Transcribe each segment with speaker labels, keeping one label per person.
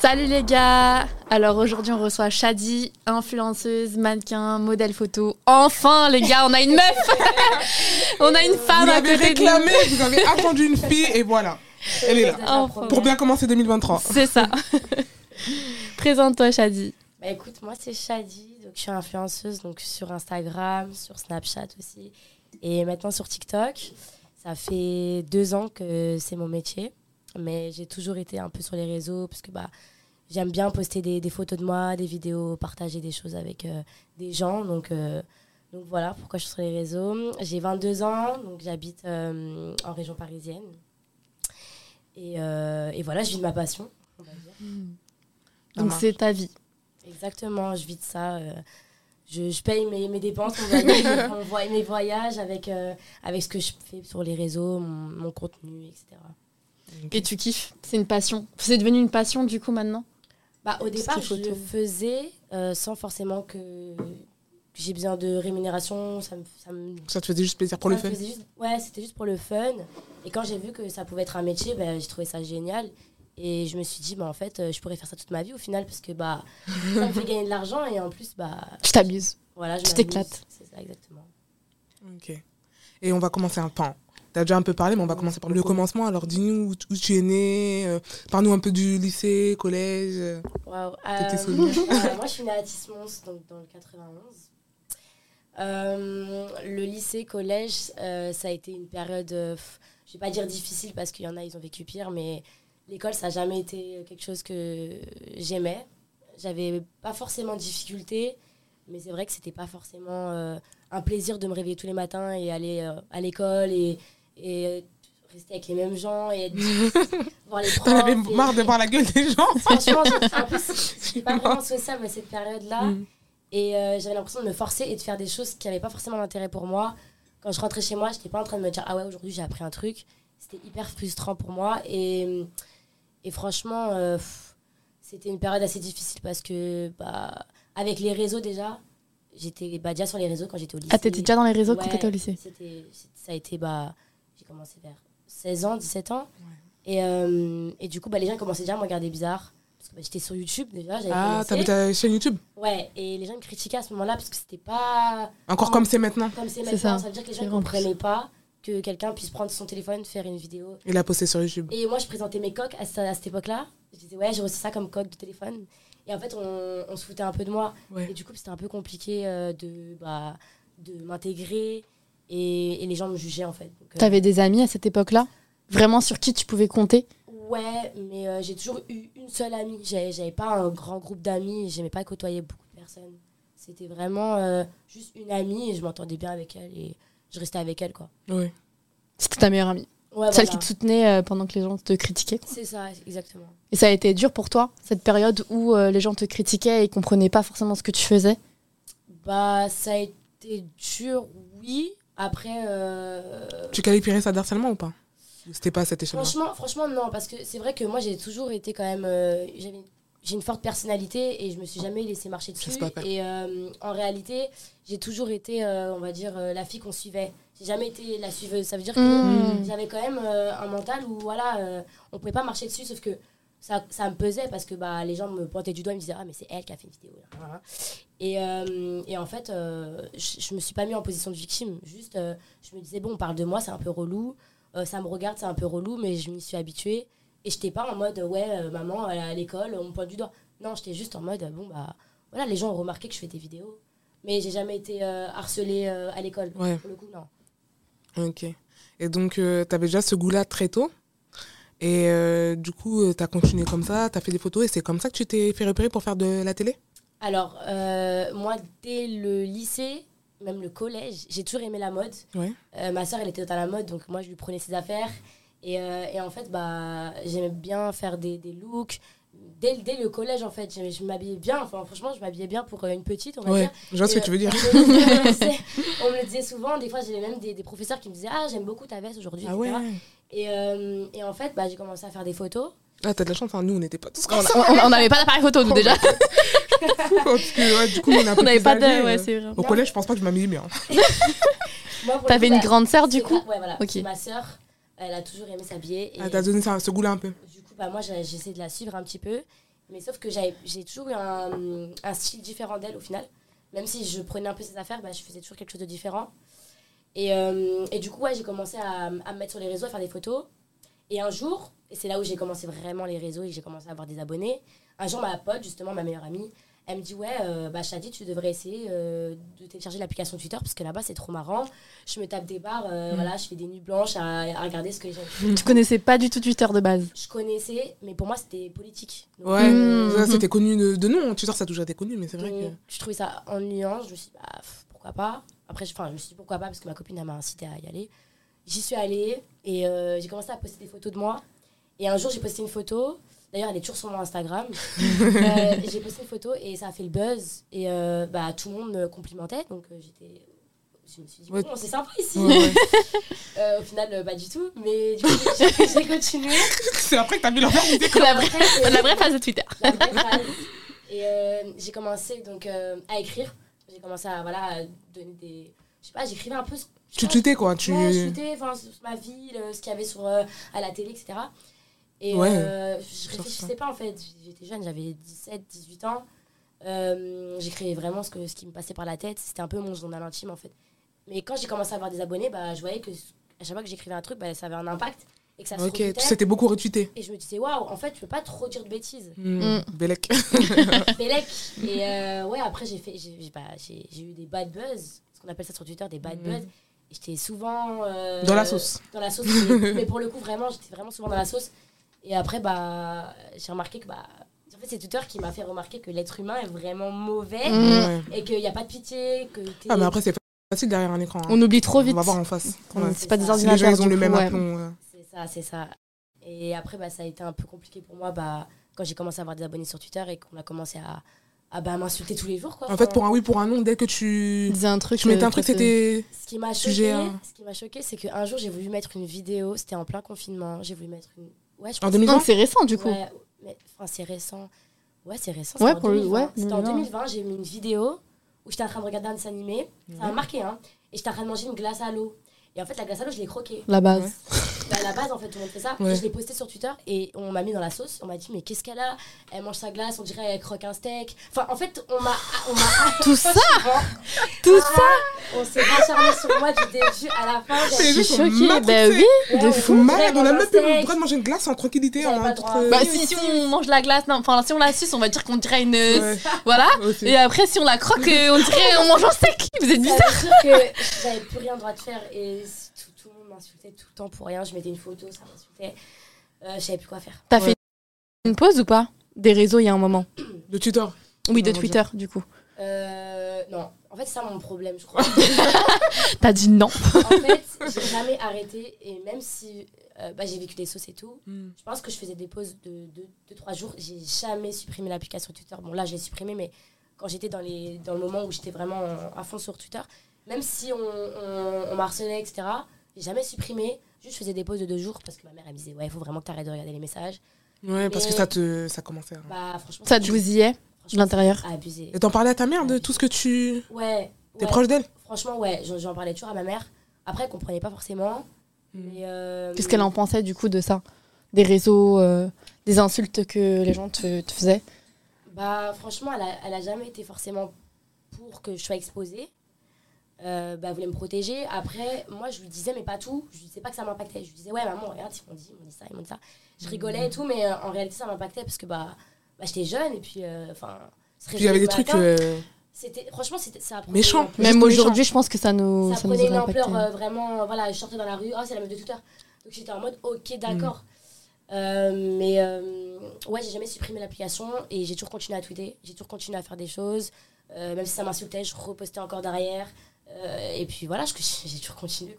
Speaker 1: Salut les gars Alors aujourd'hui on reçoit Shadi, influenceuse, mannequin, modèle photo. Enfin les gars, on a une meuf On a une femme
Speaker 2: Vous
Speaker 1: à
Speaker 2: l'avez
Speaker 1: côté de nous.
Speaker 2: réclamé, vous avez attendu une fille et voilà. Elle est là.
Speaker 1: Enfin.
Speaker 2: Pour bien commencer 2023.
Speaker 1: C'est ça. Présente-toi Shadi.
Speaker 3: Bah écoute, moi c'est Shadi, donc je suis influenceuse donc sur Instagram, sur Snapchat aussi, et maintenant sur TikTok. Ça fait deux ans que c'est mon métier, mais j'ai toujours été un peu sur les réseaux parce que bah j'aime bien poster des, des photos de moi, des vidéos, partager des choses avec euh, des gens, donc euh, donc voilà pourquoi je suis sur les réseaux. J'ai 22 ans, donc j'habite euh, en région parisienne, et, euh, et voilà je vis de ma passion. on va dire.
Speaker 1: Donc
Speaker 2: marche.
Speaker 1: c'est ta vie.
Speaker 3: Exactement, je vis de ça. euh, je, je paye mes, mes dépenses, on va dire, mon voy- mes voyages avec, euh, avec ce que je fais sur les réseaux, mon, mon contenu, etc.
Speaker 1: Et tu kiffes. C'est une passion. C'est devenu une passion du coup maintenant
Speaker 3: Bah, au départ,
Speaker 1: qu'il faut
Speaker 3: je le
Speaker 1: tout.
Speaker 3: faisais euh, sans forcément que, que j'ai besoin de rémunération. Ça me, ça me,
Speaker 2: Ça te faisait juste plaisir pour
Speaker 3: ça
Speaker 2: le
Speaker 3: me
Speaker 2: fait
Speaker 3: faisait juste- Ouais, c'était juste pour le fun. Et quand j'ai vu que ça pouvait être un métier, bah, j'ai trouvé ça génial. Et je me suis dit, bah, en fait, euh, je pourrais faire ça toute ma vie au final parce que bah, ça me fait gagner de l'argent et en plus, bah,
Speaker 1: Tu t'abuses.
Speaker 3: voilà, je
Speaker 1: Tu
Speaker 3: m'amuse.
Speaker 1: t'éclates.
Speaker 3: C'est ça, exactement.
Speaker 2: Ok. Et on va commencer un pan. T'as déjà un peu parlé, mais on va commencer par le commencement. Alors dis-nous où, t- où tu es né, euh, parle-nous un peu du lycée, collège. euh.
Speaker 3: Waouh.
Speaker 2: tes
Speaker 3: Euh,
Speaker 2: souvenirs
Speaker 3: euh, Moi, je suis née à Tismons, donc dans le 91. Euh, le lycée, collège, euh, ça a été une période, euh, pff, je vais pas dire difficile parce qu'il y en a, ils ont vécu pire, mais l'école, ça n'a jamais été quelque chose que j'aimais. J'avais pas forcément de difficultés, mais c'est vrai que c'était pas forcément euh, un plaisir de me réveiller tous les matins et aller euh, à l'école et, et, euh, rester avec les mêmes gens et être- voir les
Speaker 2: T'en
Speaker 3: profs.
Speaker 2: avais
Speaker 3: et-
Speaker 2: marre de voir la gueule des gens
Speaker 3: Franchement, j'ai- en plus, j'étais pas vraiment sociable à cette période-là.
Speaker 1: Mm.
Speaker 3: Et euh, j'avais l'impression de me forcer et de faire des choses qui n'avaient pas forcément d'intérêt pour moi. Quand je rentrais chez moi, j'étais pas en train de me dire Ah ouais, aujourd'hui j'ai appris un truc. C'était hyper frustrant pour moi. Et, et franchement, euh, pff, c'était une période assez difficile parce que, bah, avec les réseaux déjà, j'étais bah, déjà sur les réseaux quand j'étais au lycée.
Speaker 1: Ah t'étais déjà dans les réseaux quand
Speaker 3: Ouais,
Speaker 1: t'étais au lycée.
Speaker 3: c'était- Ça a été, bah, j'ai commencé vers 16 ans, 17 ans. Et, euh, et du coup, bah, les gens commençaient déjà à me regarder bizarre. Parce que bah, j'étais sur YouTube déjà, j'avais
Speaker 2: Ah, t'avais
Speaker 3: commencé.
Speaker 2: ta chaîne YouTube
Speaker 3: Ouais, et les gens me critiquaient à ce moment-là parce que c'était pas
Speaker 2: Encore comme c'est maintenant.
Speaker 3: comme c'est
Speaker 1: C'est ça.
Speaker 3: maintenant. Ça. veut dire que les
Speaker 1: C'est
Speaker 3: gens ne
Speaker 1: vrai, en plus.
Speaker 3: comprenaient pas que quelqu'un puisse prendre son téléphone, faire une vidéo.
Speaker 2: Et la poster sur YouTube.
Speaker 3: Et moi, je présentais mes coques à, ce- à cette époque-là. Je disais, ouais, j'ai reçu ça comme coque de téléphone. Et en fait, on, on se foutait un peu de moi.
Speaker 2: Ouais.
Speaker 3: Et du coup, c'était un peu compliqué euh, de, bah, de m'intégrer. Et, et les gens me jugeaient, en fait. Donc, euh,
Speaker 1: T'avais des amis à cette époque-là Vraiment sur qui tu pouvais compter
Speaker 3: Ouais, mais euh, j'ai toujours eu une seule amie. J'avais j'avais pas un grand groupe d'amis. et J'aimais pas côtoyer beaucoup de personnes. C'était vraiment euh, juste une amie et je m'entendais bien avec elle et je restais avec elle quoi.
Speaker 2: Ouais.
Speaker 1: C'était ta meilleure amie.
Speaker 3: Ouais,
Speaker 1: Celle
Speaker 3: voilà.
Speaker 1: qui te soutenait euh, pendant que les gens te critiquaient. quoi.
Speaker 3: C'est ça, exactement.
Speaker 1: Et ça a été dur pour toi, cette période où euh, les gens te critiquaient et comprenaient pas forcément ce que tu faisais
Speaker 3: Bah ça a été dur, oui. Après, euh,
Speaker 2: Tu qualifierais ça d'harcèlement ou pas Ou C'était pas à cette échelle-là
Speaker 3: franchement, franchement non parce que c'est vrai que moi j'ai toujours été quand même, euh, j'avais- j'ai une forte personnalité et je me suis jamais laissée marcher dessus.
Speaker 2: J'espère pas.
Speaker 3: Et euh, en réalité, j'ai toujours été, euh, on va dire, euh, la fille qu'on suivait. J'ai jamais été la suiveuse. Ça veut dire que
Speaker 1: Mmh.
Speaker 3: j'avais quand même euh, un mental où voilà, euh, on pouvait pas marcher dessus, sauf que ça, ça me pesait parce que bah, les gens me pointaient du doigt et me disaient Ah, mais c'est elle qui a fait une vidéo. là, hein. Et, euh, et en fait, euh, je je me suis pas mis en position de victime. Juste, euh, je me disais Bon, on parle de moi, c'est un peu relou. Euh, ça me regarde, c'est un peu relou, mais je m'y suis habituée. Et j'étais pas en mode Ouais, euh, maman, elle est à l'école, on me pointe du doigt. Non, j'étais juste en mode Bon, bah voilà, les gens ont remarqué que je fais des vidéos. Mais j'ai jamais été euh, harcelée euh, à l'école.
Speaker 2: Ouais.
Speaker 3: Pour le coup, non.
Speaker 2: Ok. Et donc, euh, t'avais déjà ce goût-là très tôt. Et euh, du coup, euh, t'as continué comme ça, t'as fait des photos et c'est comme ça que tu t'es fait repérer pour faire de la télé
Speaker 3: Alors, euh, moi, dès le lycée, même le collège, j'ai toujours aimé la mode.
Speaker 2: Ouais.
Speaker 3: Euh, ma soeur, elle était dans la mode, donc moi, je lui prenais ses affaires. Et, euh, et en fait, bah, j'aimais bien faire des, des looks. Dès, dès le collège, en fait, j'aimais- je m'habillais bien. Enfin, franchement, je m'habillais bien pour euh, une petite, on va dire.
Speaker 2: Ouais, je vois ce
Speaker 3: Et,
Speaker 2: que tu veux dire.
Speaker 3: euh, on me le disait- on me le disait souvent. Des fois, j'avais même des, des professeurs qui me disaient Ah, j'aime beaucoup ta veste aujourd'hui.
Speaker 2: Ah ouais
Speaker 3: etc. Et, euh, et en fait, bah, j'ai commencé à faire des photos.
Speaker 2: Ah, t'as de la chance, hein. nous on n'était pas tous
Speaker 1: On
Speaker 2: comme ça.
Speaker 1: on- on n'avait pas d'appareil photo, nous, déjà.
Speaker 2: Parce que, ouais, du coup, on a un peu
Speaker 1: On n'avait
Speaker 2: plus
Speaker 1: pas de.
Speaker 2: âgés,
Speaker 1: Ouais,
Speaker 2: euh.
Speaker 1: c'est vrai.
Speaker 2: Au collège, je pense pas que je hein. m'habillais bien.
Speaker 3: Moi, pour le
Speaker 1: T'avais
Speaker 3: coup,
Speaker 1: une
Speaker 3: bah,
Speaker 1: grande sœur, du
Speaker 3: c'est
Speaker 1: coup
Speaker 3: ma- Ouais, voilà.
Speaker 1: Ok.
Speaker 3: C'est Ma soeur, elle a toujours aimé s'habiller. et-
Speaker 2: Ah, t'as donné ça, ce goût-là un peu.
Speaker 3: Du coup, bah, moi, j'ai- j'essaie de la suivre un petit peu. Mais sauf que j'avais- j'ai toujours eu un, un style différent d'elle au final. Même si je prenais un peu ses affaires, bah, je faisais toujours quelque chose de différent. Et, euh, et du coup, ouais, j'ai commencé à, à me mettre sur les réseaux, à faire des photos. Et un jour, et c'est là où j'ai commencé vraiment les réseaux et que j'ai commencé à avoir des abonnés, un jour, ma pote, justement, ma meilleure amie, elle me dit Ouais, euh, bah, Shadi, tu devrais essayer euh, de télécharger l'application Twitter parce que là-bas, c'est trop marrant. Je me tape des barres, euh, voilà, je fais des nuits blanches à, à regarder ce que les gens
Speaker 1: Tu connaissais pas du tout Twitter de base.
Speaker 3: je connaissais, mais pour moi, c'était politique. Donc, euh,
Speaker 2: Ouais,
Speaker 3: Mhm.
Speaker 1: Mm.
Speaker 2: ça, c'était connu de, de nom. Tu sors, ça a toujours été connu, mais c'est vrai
Speaker 3: donc,
Speaker 2: que.
Speaker 3: Je trouvais ça ennuyant. Je me suis dit, bah, pff, pourquoi pas Après, je, enfin, je me suis dit, pourquoi pas Parce que ma copine elle m'a incité à y aller. J'y suis allée et euh, j'ai commencé à poster des photos de moi. Et un jour, j'ai posté une photo. D'ailleurs, elle est toujours sur mon Instagram. Euh, j'ai posté une photo et ça a fait le buzz. Et euh, bah, tout le monde me complimentait. Donc, euh, j'étais. Je me suis dit,
Speaker 2: Ouais.
Speaker 3: bon, c'est sympa ici.
Speaker 2: Ouais, ouais.
Speaker 3: Euh, au final, euh, pas du tout. Mais du coup, j'ai j'ai continué.
Speaker 2: c'est après que t'as vu leur faire.
Speaker 1: La vraie,
Speaker 3: Après, c'est-
Speaker 1: la vraie phase de Twitter.
Speaker 3: la vraie phrase. Et euh, j'ai commencé donc euh, à écrire. J'ai commencé à voilà à donner des. Je sais pas, j'écrivais un peu. ce-
Speaker 2: Tu tweetais quoi. Tu...
Speaker 3: Ouais, je tweetais, enfin, sur ma ville, euh, ce qu'il y avait sur, euh, à la télé, etc. Et
Speaker 2: Ouais.
Speaker 3: euh, je
Speaker 2: Sur
Speaker 3: réfléchissais pas en fait. J'étais jeune, j'avais 17, 18 ans. Euh, J'écrivais vraiment ce, que, ce qui me passait par la tête. C'était un peu mon journal intime en fait. Mais quand j'ai commencé à avoir des abonnés, bah, je voyais que à chaque fois que j'écrivais un truc, bah, ça avait un impact et que ça se
Speaker 2: ok,
Speaker 3: repliait.
Speaker 2: c'était beaucoup retweeté.
Speaker 3: Et je me disais, waouh, en fait, je peux pas trop dire de bêtises.
Speaker 2: Mm.
Speaker 1: Mm.
Speaker 2: Bellec.
Speaker 3: Bellec. Et euh, ouais, après, j'ai fait, j'ai, j'ai- bah, j'ai, j'ai eu des bad buzz, ce qu'on appelle ça sur Twitter, des bad
Speaker 2: Mhm.
Speaker 3: buzz. Et j'étais souvent. euh,
Speaker 2: Dans la sauce.
Speaker 3: Dans la sauce. mais, mais pour le coup, vraiment, j'étais vraiment souvent dans la sauce. Et après, bah, j'ai remarqué que. Bah, en fait, c'est Twitter qui m'a fait remarquer que l'être humain est vraiment mauvais
Speaker 1: Mm.
Speaker 2: Ouais.
Speaker 3: et qu'il n'y a pas de pitié. Que t'es-
Speaker 2: Ah, mais après, c'est facile derrière un écran. hein.
Speaker 1: On oublie trop vite.
Speaker 2: On va voir en face.
Speaker 1: On-
Speaker 2: Ouais.
Speaker 1: C'est pas des
Speaker 3: Si les
Speaker 2: Si les
Speaker 1: ordinateurs.
Speaker 2: gens ils ont
Speaker 1: du
Speaker 2: le
Speaker 1: coup,
Speaker 2: même
Speaker 1: ouais.
Speaker 2: aplomb. ouais.
Speaker 3: C'est ça, c'est ça. Et après, bah, ça a été un peu compliqué pour moi bah, quand j'ai commencé à avoir des abonnés sur Twitter et qu'on a commencé à, à bah, m'insulter tous les jours. Quoi.
Speaker 2: En fait,
Speaker 3: Enfin,
Speaker 2: pour un oui, pour un non, dès que tu.
Speaker 1: Disais un truc.
Speaker 2: Tu mettais un
Speaker 1: euh,
Speaker 2: truc,
Speaker 1: très-
Speaker 2: c'était.
Speaker 3: Ce qui m'a
Speaker 2: Sujet
Speaker 3: choqué,
Speaker 2: à-
Speaker 1: hein.
Speaker 3: ce qui m'a choqué, c'est qu'un jour j'ai voulu mettre une vidéo. C'était en plein confinement. J'ai voulu mettre une. Ouais, je
Speaker 2: En
Speaker 3: pense-
Speaker 2: 2020
Speaker 1: euh, Non, c'est récent du coup.
Speaker 3: Ouais, mais enfin, c'est récent. Ouais, c'est récent.
Speaker 1: Ouais,
Speaker 3: c'était en
Speaker 1: pour le-
Speaker 3: 2020.
Speaker 1: ouais,
Speaker 3: C'était en
Speaker 1: 2020.
Speaker 3: 2020. J'ai mis une vidéo où j'étais en train de regarder un dessin animé. Ça m'a marqué, hein. Et j'étais en train de manger une glace à l'eau. Et en fait, la glace à l'eau, je l'ai croquée.
Speaker 1: La base.
Speaker 2: Ouais.
Speaker 3: Bah, à la base, en fait, tout le monde fait ça.
Speaker 2: Ouais.
Speaker 3: Et je l'ai posté sur Twitter et on m'a mis dans la sauce. On m'a dit, mais qu'est-ce qu'elle a Elle mange sa glace, on dirait elle croque un steak. Enfin, en fait, on m'a. On m'a
Speaker 1: Tout ça
Speaker 3: Franchement,
Speaker 1: Tout ça
Speaker 3: Ah on s'est acharné sur moi du début à la fin.
Speaker 2: C'est
Speaker 1: Je
Speaker 2: les
Speaker 1: suis
Speaker 2: gens sont
Speaker 1: choquée.
Speaker 2: matrixés.
Speaker 1: Bah oui.
Speaker 3: Ouais,
Speaker 2: De
Speaker 3: on
Speaker 2: fou
Speaker 3: dirait
Speaker 2: malade, on a
Speaker 3: manger
Speaker 2: même
Speaker 3: un
Speaker 2: plus le
Speaker 3: steak.
Speaker 2: droit de manger une glace en tranquillité.
Speaker 3: J'avais
Speaker 2: hein,
Speaker 3: pas le
Speaker 2: entre-
Speaker 3: droit.
Speaker 1: Bah
Speaker 3: Oui,
Speaker 1: si, si on mange la glace, non, enfin si on la suce, on va dire qu'on dirait une...
Speaker 2: Ouais,
Speaker 1: Voilà.
Speaker 2: aussi.
Speaker 1: Et après si on la croque, euh, on dirait on mange un steak. Vous êtes
Speaker 3: Ça
Speaker 1: bizarre.
Speaker 3: veut dire que j'avais plus rien le droit de faire et tout, tout le monde m'insultait tout le temps pour rien. Je mettais une photo, ça m'insultait. Euh, je savais plus quoi faire.
Speaker 1: T'as fait une pause ou pas Des réseaux il y a un moment.
Speaker 2: De Twitter.
Speaker 1: Oui, de
Speaker 2: Non,
Speaker 1: Twitter du coup.
Speaker 3: Euh, non, en fait, c'est ça mon problème, je crois.
Speaker 1: T'as dit non.
Speaker 3: en fait, j'ai jamais arrêté et même si euh, bah, j'ai vécu des sauces et tout,
Speaker 1: Mm.
Speaker 3: je pense que je faisais des pauses de 2-3 jours. J'ai jamais supprimé l'application Twitter. Bon, là, je l'ai supprimée, mais quand j'étais dans, les, dans le moment où j'étais vraiment à fond sur Twitter, même si on, on, on m'harcelait, etc., j'ai jamais supprimé. Juste, je faisais des pauses de deux jours parce que ma mère, elle me disait Ouais, il faut vraiment que tu arrêtes de regarder les messages.
Speaker 2: Ouais, parce que
Speaker 3: Mais-
Speaker 2: ça te ça commençait. hein.
Speaker 3: Bah, franchement,
Speaker 1: Ça te bousillait de
Speaker 3: franchement,
Speaker 1: l'intérieur.
Speaker 3: c'est abusé.
Speaker 2: Et t'en parlais à ta mère de tout ce que tu.
Speaker 3: Ouais.
Speaker 2: T'es
Speaker 3: ouais.
Speaker 2: proche d'elle
Speaker 3: Franchement, ouais, j'en- j'en parlais toujours à ma mère. Après, elle comprenait pas forcément.
Speaker 2: Mm.
Speaker 3: mais, euh,
Speaker 1: Qu'est-ce qu'elle en pensait du coup de ça Des réseaux, euh, des insultes que les gens te, te faisaient
Speaker 3: Bah, franchement, elle a, elle a jamais été forcément pour que je sois exposée. Euh, bah, elle voulait me protéger. Après, moi, je lui disais, mais pas tout. Je lui disais pas que ça m'impactait. Je lui disais, ouais, maman, regarde, ils m'ont dit, ils m'ont dit ça, ils m'ont dit ça. Je rigolais et tout, mais euh, en réalité, ça m'impactait parce que bah, bah, j'étais jeune et puis, euh, enfin, se
Speaker 2: Puis il y avait
Speaker 3: réveiller
Speaker 2: des
Speaker 3: le
Speaker 2: trucs.
Speaker 3: matin,
Speaker 2: euh,
Speaker 3: c'était Franchement, c'était ça. prenait-
Speaker 2: Méchant.
Speaker 1: Même
Speaker 2: Juste
Speaker 1: aujourd'hui, je pense que ça nous, Oh,
Speaker 3: ça,
Speaker 1: ça, nous
Speaker 3: prenait
Speaker 1: aurait
Speaker 3: une
Speaker 1: impacté.
Speaker 3: ampleur euh, vraiment. euh, Voilà, je sortais dans la rue, oh, c'est la meuf de Twitter. Donc j'étais en mode,
Speaker 1: Mm.
Speaker 3: ok, d'accord. Euh, mais euh, ouais, j'ai jamais supprimé l'application et j'ai toujours continué à tweeter, j'ai toujours continué à faire des choses. Euh, même si ça m'insultait, je repostais encore derrière. Euh, et puis voilà, je- j'ai toujours continué.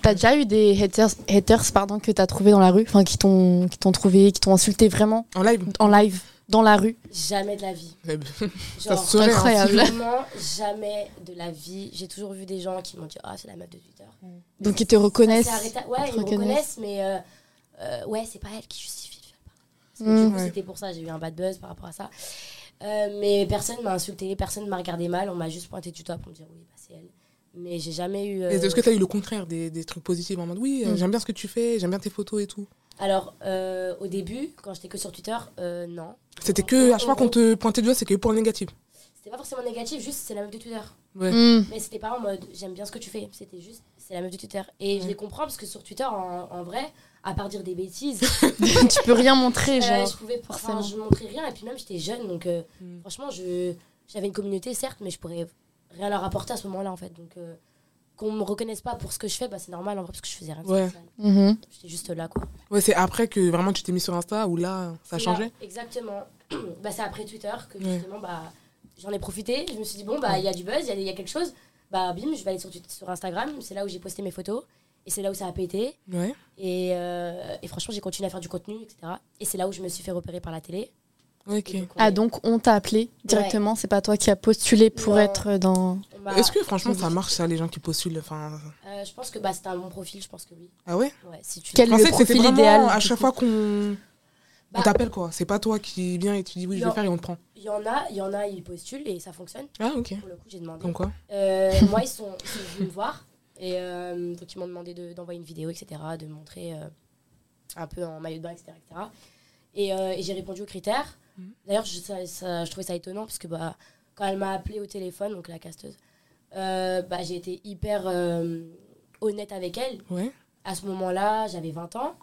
Speaker 1: T'as déjà eu des haters, haters pardon, que t'as trouvé dans la rue, enfin qui t'ont qui t'ont trouvé, qui t'ont insulté vraiment
Speaker 2: euh, En live
Speaker 1: en live dans la rue.
Speaker 3: Jamais de la vie.
Speaker 2: Eh
Speaker 1: Euh,
Speaker 2: ben, Ça
Speaker 3: Genre,
Speaker 2: se saurait, hein.
Speaker 1: Incroyable.
Speaker 3: vraiment jamais de la vie. J'ai toujours vu des gens qui m'ont dit, ah, c'est la meuf de Twitter.
Speaker 1: Donc ils te reconnaissent.
Speaker 3: Ça s'est arrêté- Ouais,
Speaker 1: Ils te
Speaker 3: ils me
Speaker 1: reconnaissent.
Speaker 3: reconnaissent, mais euh, euh, ouais, c'est pas elle qui justifie de faire parler. Parce que
Speaker 1: Mm.
Speaker 3: du coup,
Speaker 2: Ouais.
Speaker 3: c'était pour ça, j'ai eu un bad buzz par rapport à ça. Euh, mais personne m'a insulté, personne m'a regardé mal, on m'a juste pointé du doigt pour me dire oui, bah, c'est elle. Mais j'ai jamais eu. euh,
Speaker 2: Et Est-ce que t'as eu le contraire des, des trucs positifs en mode oui, euh,
Speaker 1: Mm.
Speaker 2: j'aime bien ce que tu fais, j'aime bien tes photos et tout
Speaker 3: Alors, euh, au début, quand j'étais que sur Twitter, euh, non.
Speaker 2: C'était que, à chaque fois qu'on te pointait du doigt, c'est que pour le négatif.
Speaker 3: C'était pas forcément négatif, juste c'est la meuf de Twitter.
Speaker 2: Ouais.
Speaker 1: Hmm.
Speaker 3: Mais c'était pas en mode j'aime bien ce que tu fais. C'était juste c'est la meuf de Twitter. Et je les comprends parce que sur Twitter, en, en vrai, à part dire des bêtises,
Speaker 1: tu peux rien montrer,
Speaker 3: euh,
Speaker 1: genre.
Speaker 3: je pouvais
Speaker 1: forcément.
Speaker 3: forcément. je montrais rien. Et puis même, j'étais jeune. Donc euh,
Speaker 2: Mm.
Speaker 3: franchement, je, j'avais une communauté, certes, mais je pourrais rien leur apporter à ce moment-là en fait. Donc euh, qu'on me reconnaisse pas pour ce que je fais, bah, c'est normal en vrai parce que je faisais rien. de
Speaker 2: Ouais.
Speaker 3: spécial.
Speaker 1: Mhm.
Speaker 3: J'étais juste là quoi.
Speaker 2: Ouais, c'est après que vraiment tu t'es mis sur Insta où là, ça a
Speaker 3: Là,
Speaker 2: changé.
Speaker 3: Exactement. bah, c'est après Twitter que
Speaker 2: Ouais.
Speaker 3: justement bah, j'en ai profité. Je me suis dit, bon, bah il y a du buzz, il y a- il y, a quelque chose. Bah bim, je vais aller sur, Twitter- sur Instagram. C'est là où j'ai posté mes photos. Et c'est là où ça a pété.
Speaker 2: Ouais.
Speaker 3: Et, euh, et franchement, j'ai continué à faire du contenu, etc. Et c'est là où je me suis fait repérer par la télé.
Speaker 2: Ok.
Speaker 3: Et donc, on-
Speaker 1: Ah, donc on t'a appelé directement, c'est pas toi qui as postulé pour
Speaker 3: Non.
Speaker 1: être euh, dans.
Speaker 3: on m'a-
Speaker 2: Est-ce que franchement ça marche ça, les gens qui postulent enfin...
Speaker 3: Euh, je pense que bah, c'était un bon profil, je pense que oui.
Speaker 2: Ah ouais
Speaker 3: Ouais, si tu...
Speaker 1: Quel
Speaker 2: Je
Speaker 1: est
Speaker 2: pensais
Speaker 1: le
Speaker 2: que c'était
Speaker 1: profil
Speaker 2: vraiment
Speaker 1: idéal
Speaker 2: à
Speaker 1: du
Speaker 2: chaque
Speaker 1: coup
Speaker 2: fois qu'on on
Speaker 3: Bah,
Speaker 2: t'appelle quoi. C'est pas toi qui viens et tu dis oui, je vais
Speaker 3: Non.
Speaker 2: faire et on te prend.
Speaker 3: Il y en a, il y en a, ils postulent et ça fonctionne.
Speaker 2: Ah ok.
Speaker 3: Pour le coup, j'ai demandé.
Speaker 2: Comme quoi
Speaker 3: Euh, moi, ils sont, ils sont venus me voir. Et euh, donc, ils m'ont demandé de- d'envoyer une vidéo, etc., de montrer euh, un peu en maillot de bain, etc. etc. Et, euh, et j'ai répondu aux critères.
Speaker 2: Mhm.
Speaker 3: D'ailleurs, je, ça- ça- je trouvais ça étonnant parce que bah, quand elle m'a appelé au téléphone, donc la casteuse, euh, bah, j'ai été hyper euh, honnête avec elle.
Speaker 2: Ouais.
Speaker 3: À ce moment-là, j'avais 20 ans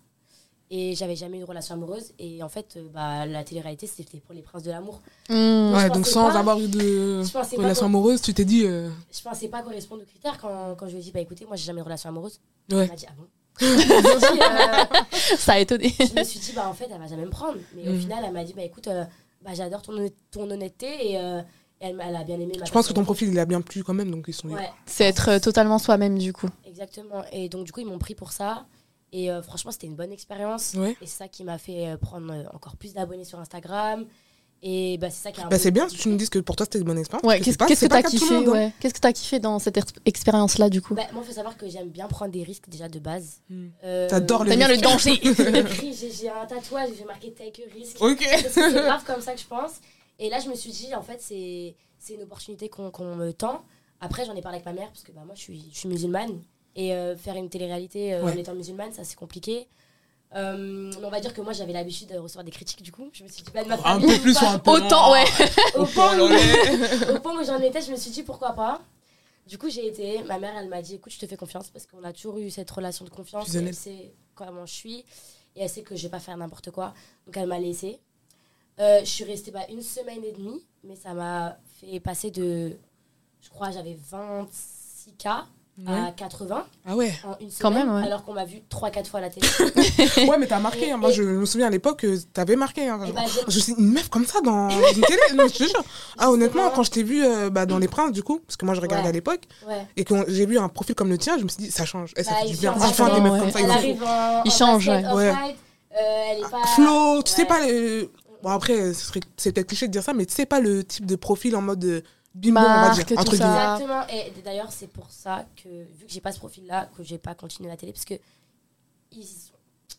Speaker 3: et j'avais jamais eu de relation amoureuse. Et en fait, euh, bah, la télé-réalité, c'était pour les princes de l'amour.
Speaker 1: Hmm.
Speaker 2: Ouais,
Speaker 3: pensais
Speaker 2: donc sans
Speaker 3: pas-
Speaker 2: avoir eu de
Speaker 3: Je pensais pas
Speaker 2: relation
Speaker 3: qu'on-
Speaker 2: amoureuse, tu t'es dit. euh,
Speaker 3: je pensais pas correspondre aux critères quand, quand je lui ai dit bah écoutez moi j'ai jamais de relation amoureuse
Speaker 2: Ouais.
Speaker 3: elle m'a dit ah bon Aujourd'hui,
Speaker 1: Ça a étonné.
Speaker 3: euh, je me suis dit bah en fait elle va jamais me prendre mais au
Speaker 2: Mhm.
Speaker 3: final elle m'a dit bah écoute euh, bah j'adore ton, honnêt- ton honnêteté et euh, elle, m'a- elle a bien aimé ma
Speaker 2: Je pense que ton
Speaker 3: personnalité.
Speaker 2: profil il a bien plu quand même, donc ils sont.
Speaker 3: bah, ouais
Speaker 1: C'est être euh, totalement soi-même du coup.
Speaker 3: exactement et donc du coup ils m'ont pris pour ça et euh, franchement c'était une bonne expérience
Speaker 2: Ouais.
Speaker 3: et c'est ça qui m'a fait euh, prendre euh, encore plus d'abonnés sur Instagram et bah c'est ça qui a un
Speaker 2: Bah
Speaker 3: peu-
Speaker 2: c'est bien si tu nous dises que pour toi c'était une bonne expérience.
Speaker 1: Ouais,
Speaker 2: parce
Speaker 1: qu'est-ce
Speaker 2: c'est pas-
Speaker 1: qu'est-ce
Speaker 2: c'est
Speaker 1: que
Speaker 2: pas
Speaker 1: t'as
Speaker 2: le cas de tout le
Speaker 1: kiffé
Speaker 2: monde, hein.
Speaker 1: ouais. Qu'est-ce que t'as kiffé dans cette ex- expérience-là du coup
Speaker 3: bah, moi faut savoir que j'aime bien prendre des risques déjà de base
Speaker 2: Mhm.
Speaker 3: Euh,
Speaker 2: T'adores le
Speaker 1: T'aimes bien le
Speaker 2: risque.
Speaker 1: danger.
Speaker 3: J'ai écrit, j'ai- j'ai un tatouage, j'ai marqué Take a Risk.
Speaker 2: Ok.
Speaker 3: Parce que c'est grave comme ça que je pense. Et là, je me suis dit, en fait, c'est c'est une opportunité qu'on qu'on me tend. Après, j'en ai parlé avec ma mère, parce que bah, moi, je suis, je suis musulmane. Et euh, faire une télé-réalité euh, en
Speaker 2: Ouais.
Speaker 3: étant musulmane, ça, c'est compliqué. Euh, mais on va dire que moi, j'avais l'habitude de recevoir des critiques, du coup. Je me suis dit, bah, de ma
Speaker 2: Un
Speaker 3: famille,
Speaker 2: peu plus hein. ou
Speaker 3: pas.
Speaker 2: un peu
Speaker 1: Autant,
Speaker 2: moins.
Speaker 1: ouais.
Speaker 3: Au point où-
Speaker 2: Ouais.
Speaker 3: au point où j'en étais, je me suis dit pourquoi pas. Du coup, j'ai été. Ma mère, elle m'a dit écoute, je te fais confiance parce qu'on a toujours eu cette relation de confiance.
Speaker 2: Fusionnelle.
Speaker 3: Elle sait comment je suis et elle sait que je vais pas faire n'importe quoi. Donc, elle m'a laissée. Euh, je suis restée bah, une semaine et demie, mais ça m'a fait passer de. Je crois, j'avais 26K à 80
Speaker 2: Ah ouais.
Speaker 3: en une semaine.
Speaker 1: Quand même, ouais.
Speaker 3: Alors qu'on m'a vu 3-4 fois à la télé.
Speaker 2: Ouais, mais t'as marqué. hein. Moi, je me souviens à l'époque, euh, t'avais marqué. hein.
Speaker 3: Et bah, j'ai-
Speaker 2: Je suis une meuf comme ça dans une télé. Non, je te jure. Ah, honnêtement,
Speaker 3: Justement.
Speaker 2: quand je t'ai vu euh, bah, dans Les Princes, du coup, parce que moi, je regardais
Speaker 3: Ouais.
Speaker 2: à l'époque,
Speaker 3: Ouais.
Speaker 2: et que j'ai vu un profil comme le tien, je me suis dit, ça change. Eh, ça
Speaker 3: Bah,
Speaker 2: fait du
Speaker 3: ils
Speaker 2: bien.
Speaker 3: changent
Speaker 2: Enfin, des meufs
Speaker 1: vraiment,
Speaker 2: comme
Speaker 1: ouais.
Speaker 2: ça.
Speaker 3: Elle
Speaker 2: ils en font.
Speaker 3: arrive en.
Speaker 1: Il
Speaker 3: en
Speaker 1: change,
Speaker 3: basket,
Speaker 1: ouais.
Speaker 3: off-white. Euh, elle est pas.
Speaker 2: Flo, tu sais
Speaker 3: Ouais.
Speaker 2: pas. le- Bon, après, euh, ce serait- c'est peut-être cliché de dire ça, mais tu sais pas le type de profil en mode euh, bimbo, on va
Speaker 1: Marque,
Speaker 2: dire.
Speaker 1: tout
Speaker 2: Entre
Speaker 1: ça.
Speaker 2: guillemets.
Speaker 3: Exactement. Et d'ailleurs, c'est pour ça que, vu que j'ai pas ce profil-là, que j'ai pas continué la télé, parce que ils,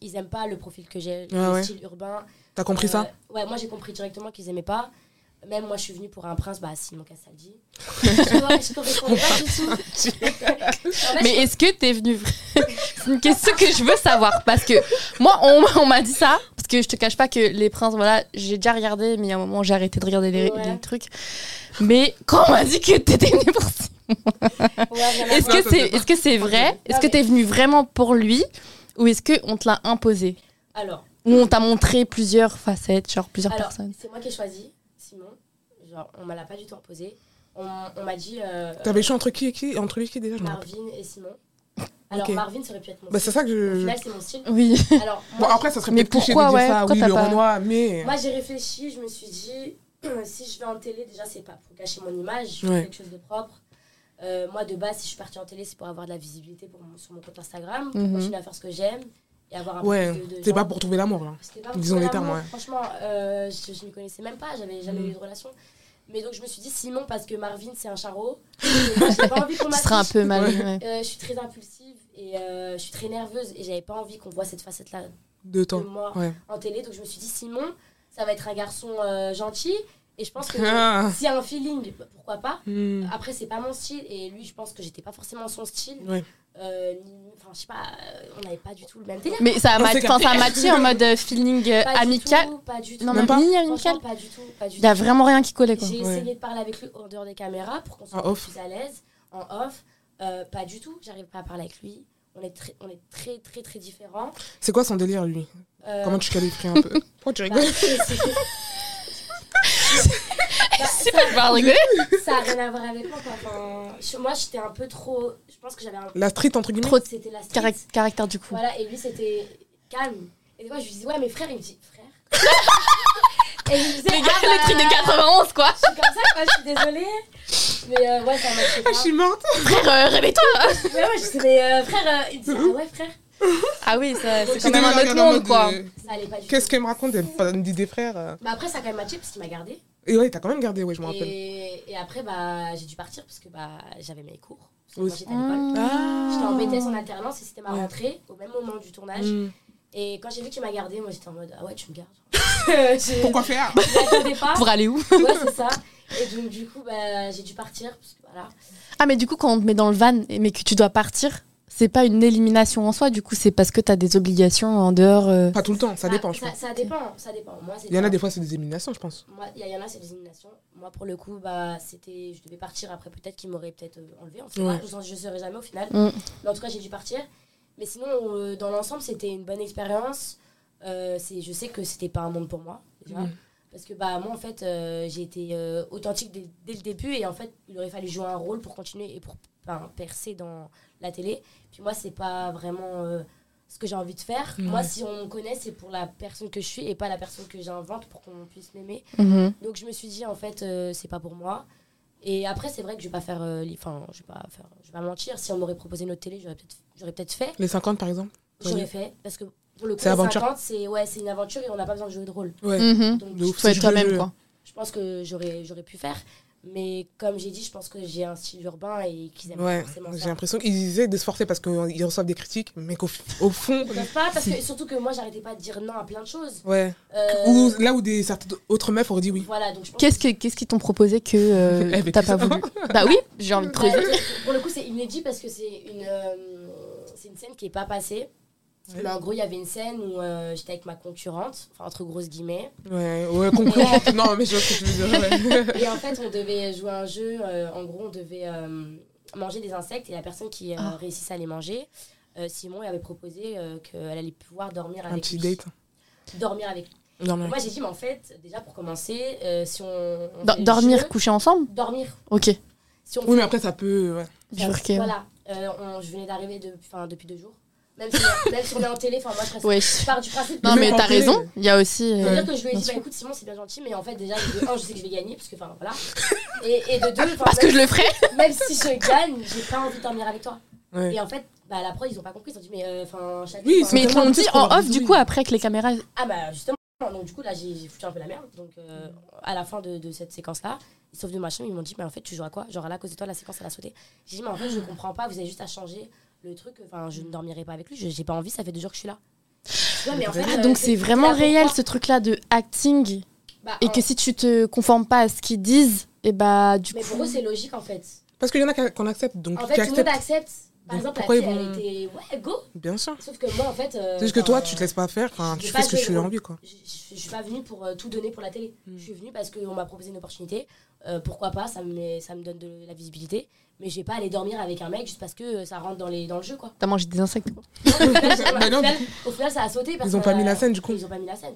Speaker 3: ils aiment pas le profil que j'ai,
Speaker 2: Ouais,
Speaker 3: le
Speaker 2: Ah ouais.
Speaker 3: style urbain.
Speaker 2: T'as compris
Speaker 3: Euh,
Speaker 2: ça
Speaker 3: Ouais, moi j'ai compris directement qu'ils aimaient pas. Même moi, je suis venue pour un prince, bah Simon Castaldi. Tu vois, je correspondais pas du tout. En fait,
Speaker 1: Mais est-ce que t'es venu C'est une question que je veux savoir parce que moi, on, on m'a dit ça parce que je te cache pas que les princes, voilà, j'ai déjà regardé, mais il y a un moment j'ai arrêté de regarder les,
Speaker 3: Ouais.
Speaker 1: les trucs. Mais quand on m'a dit que t'étais venu pour ça,
Speaker 3: ouais, j'en ai
Speaker 1: est-ce
Speaker 2: Non,
Speaker 1: que c'est
Speaker 2: ça, c'est pas-
Speaker 1: est-ce que c'est vrai Est-ce que t'es venu vraiment pour lui ou est-ce que on te l'a imposé
Speaker 3: Alors,
Speaker 1: ou on t'a montré plusieurs facettes, genre plusieurs
Speaker 3: alors
Speaker 1: personnes
Speaker 3: c'est moi qui ai choisi Simon. Genre, on m'a l'a pas du tout imposé. On, on m'a dit euh,
Speaker 2: T'avais choisi entre qui et qui Entre lui et qui déjà je me rappelle.
Speaker 3: Marvin et Simon. Alors,
Speaker 2: Ok.
Speaker 3: Marvin, ça aurait pu être mon
Speaker 2: Bah, c'est
Speaker 3: style.
Speaker 2: ça que
Speaker 3: Au
Speaker 2: je.
Speaker 3: final, c'est mon style.
Speaker 1: Oui.
Speaker 3: Alors, moi,
Speaker 2: Bon, après, ça serait
Speaker 1: Mais
Speaker 2: peut-être cliché de
Speaker 1: pourquoi,
Speaker 2: dire
Speaker 1: ouais,
Speaker 2: ça,
Speaker 1: pourquoi
Speaker 2: oui,
Speaker 1: t'as
Speaker 2: le
Speaker 1: pas-
Speaker 2: Renoir, mais.
Speaker 3: Moi, j'ai réfléchi, je me suis dit, si je vais en télé, déjà, c'est pas pour cacher mon image, je fais
Speaker 2: Ouais.
Speaker 3: quelque chose de propre. Euh, moi, de base, si je suis partie en télé, c'est pour avoir de la visibilité pour mon- sur mon compte Instagram, pour
Speaker 1: Mhm.
Speaker 3: continuer à faire ce que j'aime et avoir un
Speaker 2: Ouais,
Speaker 3: peu plus de, de
Speaker 2: c'est
Speaker 3: gens.
Speaker 2: pas pour trouver l'amour. Hein.
Speaker 3: C'était pas
Speaker 2: disons
Speaker 3: pour
Speaker 2: les
Speaker 3: l'amour,
Speaker 2: termes, ouais.
Speaker 3: Franchement, euh, je, je m'y connaissais même pas, j'avais jamais
Speaker 2: Mhm.
Speaker 3: eu de relation. Mais donc, je me suis dit, Simon, parce que Marvin, c'est un charreau. J'ai pas envie qu'on
Speaker 1: Tu seras un
Speaker 3: m'affiche.
Speaker 1: peu mal.
Speaker 2: Ouais.
Speaker 1: ouais.
Speaker 3: Euh, je suis très impulsive et euh, je suis très nerveuse et j'avais pas envie qu'on voit cette facette-là
Speaker 2: De temps.
Speaker 3: de moi
Speaker 2: Ouais.
Speaker 3: en télé. Donc je me suis dit, Simon, ça va être un garçon euh, gentil. Et je pense que
Speaker 2: Ah.
Speaker 3: s'il y a un feeling, pourquoi pas.
Speaker 2: Hmm.
Speaker 3: Après, c'est pas mon style. Et lui, je pense que j'étais pas forcément son style.
Speaker 2: Ouais.
Speaker 3: euh, ni- Enfin, je sais pas, euh, on n'avait pas du tout le même délire.
Speaker 1: Mais ça a,
Speaker 2: On
Speaker 1: mat-
Speaker 2: s'est
Speaker 1: enfin, ça a
Speaker 2: capté.
Speaker 1: matché en mode euh, feeling euh,
Speaker 3: Pas du
Speaker 1: amical.
Speaker 3: tout, Pas du tout.
Speaker 1: Non,
Speaker 2: Même
Speaker 1: même
Speaker 2: pas.
Speaker 1: ni amical.
Speaker 3: Franchement, pas du tout. Pas du
Speaker 1: Il y a
Speaker 3: tout.
Speaker 1: vraiment rien qui collait, quoi.
Speaker 3: J'ai
Speaker 2: Ouais.
Speaker 3: essayé de parler avec lui en dehors des caméras pour qu'on soit
Speaker 2: En off.
Speaker 3: plus à l'aise, en off. Euh, pas du tout, j'arrive pas à parler avec lui. On est très, on est très, très, très différents.
Speaker 2: C'est quoi son délire, lui
Speaker 3: Euh,
Speaker 2: Comment tu qualifies un peu Pourquoi tu
Speaker 3: bah,
Speaker 2: rigoles
Speaker 3: c'est- c'est- Bah,
Speaker 1: C'est pas de rigoler.
Speaker 3: ça n'a rien à voir avec moi. quoi. Enfin, je- moi, j'étais un peu trop. Je pense que j'avais un.
Speaker 2: La street, entre guillemets
Speaker 1: Trop de
Speaker 3: C'était la street.
Speaker 1: carac- caractère du coup.
Speaker 3: Voilà, et lui, c'était calme. Et des fois, je lui dis, ouais, mais frère, il me dit, frère. et il me disait,
Speaker 1: Les gars,
Speaker 3: ah,
Speaker 1: le truc
Speaker 3: bah,
Speaker 1: de 91, quoi.
Speaker 3: Je suis comme ça, quoi, je suis désolée. Mais euh, ouais, ça m'a fait
Speaker 2: Ah, je suis morte
Speaker 1: Frère, euh, réveille-toi.
Speaker 3: Ouais, ouais, je disais, mais euh, frère, euh, il me dit,
Speaker 2: Mm-hmm.
Speaker 3: ah ouais, frère,
Speaker 1: Ah oui, ça- c'est
Speaker 2: Tu
Speaker 1: quand même
Speaker 2: devais
Speaker 1: un autre
Speaker 2: regarder en
Speaker 1: monde,
Speaker 2: mode,
Speaker 1: quoi.
Speaker 2: euh,
Speaker 3: ça allait pas du tout.
Speaker 2: Qu'est-ce qu'elle me raconte Elle me dit des frères. euh.
Speaker 3: Bah après, ça a quand même matché parce qu'il m'a gardé.
Speaker 2: Et ouais, t'as quand même gardé, ouais, je me rappelle.
Speaker 3: Et, et après, bah, j'ai dû partir parce que bah, j'avais mes cours. Parce que
Speaker 2: Oui.
Speaker 3: moi, J'étais à l'école.
Speaker 1: Mmh.
Speaker 2: Ah.
Speaker 3: J'étais en BTS en alternance et c'était ma
Speaker 2: Ouais.
Speaker 3: rentrée au même moment du tournage.
Speaker 2: Mm.
Speaker 3: Et quand j'ai vu qu'il m'a gardé, moi j'étais en mode Ah ouais, tu me gardes. je
Speaker 2: Pourquoi faire
Speaker 3: je l'attendais pas.
Speaker 1: Pour aller où
Speaker 3: Ouais, c'est ça. Et donc, du coup, bah, j'ai dû partir. Parce que, voilà.
Speaker 1: Ah, mais du coup, quand on te met dans le van, et- mais que tu dois partir, c'est pas une élimination en soi, du coup, c'est parce que t'as des obligations en dehors. euh.
Speaker 2: Pas tout le temps, ça dépend, je
Speaker 3: bah, ça,
Speaker 2: pense.
Speaker 3: ça dépend. Ça dépend. Moi,
Speaker 2: Il y en a des fois, c'est des éliminations, je pense.
Speaker 3: Moi, il y, en a, c'est des éliminations. Moi, pour le coup, bah, c'était, je devais partir. Après, peut-être qu'ils m'auraient peut-être euh, enlevé. On sait
Speaker 2: Ouais.
Speaker 3: pas. Je ne saurais jamais au final.
Speaker 1: Mm.
Speaker 3: Mais en tout cas, j'ai dû partir. Mais sinon, euh, dans l'ensemble, c'était une bonne expérience. Euh, c'est, je sais que c'était pas un monde pour moi. déjà.
Speaker 2: Mm.
Speaker 3: Parce que bah, moi, en fait, euh, j'ai été euh, authentique dès, dès le début. Et en fait, il aurait fallu jouer un rôle pour continuer et pour enfin, percer dans la télé. Puis moi, c'est pas vraiment euh, ce que j'ai envie de faire.
Speaker 2: Ouais.
Speaker 3: Moi, si on me connaît, c'est pour la personne que je suis et pas la personne que j'invente pour qu'on puisse m'aimer.
Speaker 1: Mhm.
Speaker 3: Donc je me suis dit en fait euh, c'est pas pour moi. Et après c'est vrai que je vais pas faire euh, les- enfin je vais pas faire je vais pas mentir si on m'aurait proposé une autre télé, j'aurais peut-être j'aurais peut-être fait,
Speaker 2: Les 50, par exemple
Speaker 3: j'aurais
Speaker 2: Oui.
Speaker 3: fait parce que pour le coup
Speaker 2: C'est
Speaker 3: les
Speaker 2: aventure.
Speaker 3: 50 c'est ouais, c'est une aventure et on n'a pas besoin de jouer de rôle.
Speaker 2: Ouais.
Speaker 1: Mhm.
Speaker 3: Donc
Speaker 2: De ouf.
Speaker 1: Faut
Speaker 2: Si
Speaker 1: être
Speaker 2: je
Speaker 1: toi-même,
Speaker 2: le-
Speaker 1: quoi.
Speaker 3: je pense que j'aurais j'aurais pu faire mais comme j'ai dit, je pense que j'ai un style urbain et qu'ils aiment
Speaker 2: Ouais,
Speaker 3: pas forcément
Speaker 2: j'ai
Speaker 3: ça.
Speaker 2: l'impression qu'ils essaient de se forcer parce qu'ils reçoivent des critiques, mais qu'au f- au fond.
Speaker 3: Ils peuvent pas parce que surtout que moi j'arrêtais pas de dire non à plein de choses.
Speaker 2: Ouais.
Speaker 3: Euh,
Speaker 2: Ou là où des certaines autres meufs auraient dit oui.
Speaker 3: voilà, donc je pense
Speaker 1: Qu'est-ce que- qu'est-ce qu'ils t'ont proposé que euh,
Speaker 2: Eh ben,
Speaker 1: t'as
Speaker 2: tu
Speaker 1: pas
Speaker 2: sais.
Speaker 1: voulu Bah oui, j'ai envie de
Speaker 3: Bah,
Speaker 1: creuser.
Speaker 3: pour le coup, c'est inédit parce que c'est une, euh, c'est une scène qui est pas passée.
Speaker 2: Ouais.
Speaker 3: Mais en gros, il y avait une scène où euh, j'étais avec ma concurrente, enfin entre grosses guillemets.
Speaker 2: Ouais, ouais, concurrente. non, mais je vois ce que tu veux dire. ouais.
Speaker 3: Et en fait, on devait jouer à un jeu. euh, en gros, on devait euh, manger des insectes et la personne qui euh,
Speaker 1: Ah.
Speaker 3: réussissait à les manger, euh, Simon lui avait proposé euh, qu'elle allait pouvoir dormir avec
Speaker 2: Un petit
Speaker 3: lui.
Speaker 2: date.
Speaker 3: Dormir avec.
Speaker 2: Non, mais-
Speaker 3: Moi, j'ai dit, mais en fait, déjà pour commencer, euh, si on, on
Speaker 1: Do-
Speaker 3: fait le
Speaker 1: dormir,
Speaker 3: jeu-
Speaker 1: coucher ensemble
Speaker 3: dormir.
Speaker 1: Ok.
Speaker 3: Si on fait
Speaker 2: Oui, mais après, ça peut. ouais.
Speaker 1: Jure
Speaker 3: Parce-
Speaker 1: que-
Speaker 3: Voilà, euh, on- je venais d'arriver de, enfin, depuis deux jours. Même si, même si on est en télé, enfin moi je reste-
Speaker 1: Ouais.
Speaker 3: je pars du principe.
Speaker 1: Non,
Speaker 2: Même
Speaker 1: mais
Speaker 2: en
Speaker 1: t'as
Speaker 2: télé.
Speaker 1: raison, il y a aussi. euh,
Speaker 3: C'est-à-dire que je lui ai
Speaker 1: bien
Speaker 3: dit, bah,
Speaker 1: sûr.
Speaker 3: écoute Simon c'est bien gentil, mais en fait déjà de un je sais que je vais gagner parce que enfin voilà. Et, et de deux, enfin,
Speaker 1: Ah, Parce que
Speaker 3: même,
Speaker 1: je le ferai
Speaker 3: même si je gagne, j'ai pas envie de dormir avec toi.
Speaker 2: Ouais.
Speaker 3: Et en fait, bah la prod ils ont pas compris, ils ont dit mais euh, enfin chacun.
Speaker 2: Mm. Oui,
Speaker 3: enfin,
Speaker 1: Mais ils te l'ont
Speaker 2: Parce
Speaker 1: dit
Speaker 2: qu'on
Speaker 1: en
Speaker 2: leur
Speaker 1: off,
Speaker 2: dit
Speaker 1: du
Speaker 2: oui.
Speaker 1: coup, après, avec les caméras.
Speaker 3: Ah bah justement, donc du coup là j'ai j'ai foutu un peu la merde. Donc euh, à la fin de, de cette séquence là, ils sont venus machin, ils m'ont dit mais en fait tu joues à quoi Genre là à cause de toi la séquence elle a sauté. J'ai dit mais en fait je comprends pas, vous avez juste à changer le truc, enfin je ne dormirai pas avec lui, je- j'ai pas envie, ça fait deux jours que je suis là. Ouais, mais en
Speaker 2: Bah,
Speaker 3: fait,
Speaker 1: Ah,
Speaker 3: euh,
Speaker 1: donc c'est
Speaker 3: là
Speaker 1: vraiment
Speaker 3: pourquoi
Speaker 1: réel ce truc-là de acting.
Speaker 3: Bah,
Speaker 1: Et
Speaker 3: en-
Speaker 1: que si tu te conformes pas à ce qu'ils disent, et bah du
Speaker 3: Mais
Speaker 1: coup.
Speaker 3: pour eux c'est logique en fait.
Speaker 2: Parce qu'il y en a qu'a- qu'on accepte, donc
Speaker 3: En
Speaker 2: qui
Speaker 3: fait tout le monde
Speaker 2: acceptent.
Speaker 3: accepte. Par
Speaker 2: Donc,
Speaker 3: exemple la
Speaker 2: pourquoi
Speaker 3: fille
Speaker 2: ils
Speaker 3: elle
Speaker 2: vont-
Speaker 3: était ouais go.
Speaker 2: Bien sûr.
Speaker 3: Sauf que moi en fait. euh,
Speaker 2: C'est juste que toi,
Speaker 3: ben,
Speaker 2: tu te laisses pas faire, enfin,
Speaker 3: je
Speaker 2: tu
Speaker 3: vais
Speaker 2: fais
Speaker 3: pas
Speaker 2: ce que
Speaker 3: jouer
Speaker 2: tu
Speaker 3: le
Speaker 2: as
Speaker 3: rôle.
Speaker 2: envie, quoi.
Speaker 3: je, je- je suis pas venue pour euh, tout donner pour la télé.
Speaker 2: Mm.
Speaker 3: Je suis venue parce qu'on m'a proposé une opportunité. Euh, pourquoi pas ça me, ça me donne de la visibilité. Mais je vais pas aller dormir avec un mec juste parce que euh, ça rentre dans, les, dans le jeu. quoi.
Speaker 1: T'as mangé des insectes. quoi.
Speaker 2: Bah
Speaker 3: au,
Speaker 2: non,
Speaker 3: final, au final, ça a sauté. Parce
Speaker 2: Ils ont
Speaker 3: que,
Speaker 2: pas mis la
Speaker 3: euh,
Speaker 2: scène, du coup.
Speaker 3: Ils ont pas mis la scène.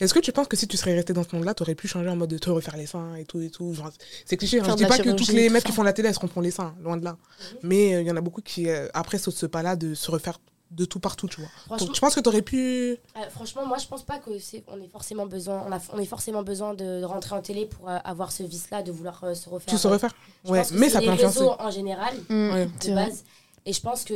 Speaker 2: Est-ce que tu penses que si tu serais resté dans ce monde-là, t'aurais pu changer en mode de te refaire les seins et tout et tout genre, C'est cliché. hein.
Speaker 1: Faire
Speaker 2: Je
Speaker 1: de
Speaker 2: dis
Speaker 1: la
Speaker 2: pas que toutes
Speaker 1: chirurgie,
Speaker 2: les
Speaker 1: tout
Speaker 2: meufs
Speaker 1: ça.
Speaker 2: qui font la télé, elles se refont les seins, loin de là.
Speaker 3: Mm-hmm.
Speaker 2: Mais euh, il y en a beaucoup qui, euh, après, sautent ce pas-là de se refaire de tout partout, tu vois.
Speaker 3: Franchement-
Speaker 2: Donc, je pense que t'aurais pu.
Speaker 3: Euh, franchement, moi, je pense pas que c'est. On est forcément besoin. On a, on est forcément besoin de, de rentrer en télé pour euh, avoir ce vice-là, de vouloir euh, se refaire.
Speaker 2: Tout se refaire.
Speaker 3: Je
Speaker 2: Ouais,
Speaker 3: pense que
Speaker 2: mais
Speaker 3: c'est
Speaker 2: ça
Speaker 3: les
Speaker 2: peut influencer.
Speaker 3: réseaux en général.
Speaker 1: Mm,
Speaker 2: Ouais.
Speaker 1: c'est
Speaker 3: de
Speaker 1: vrai.
Speaker 3: base. Et je pense que,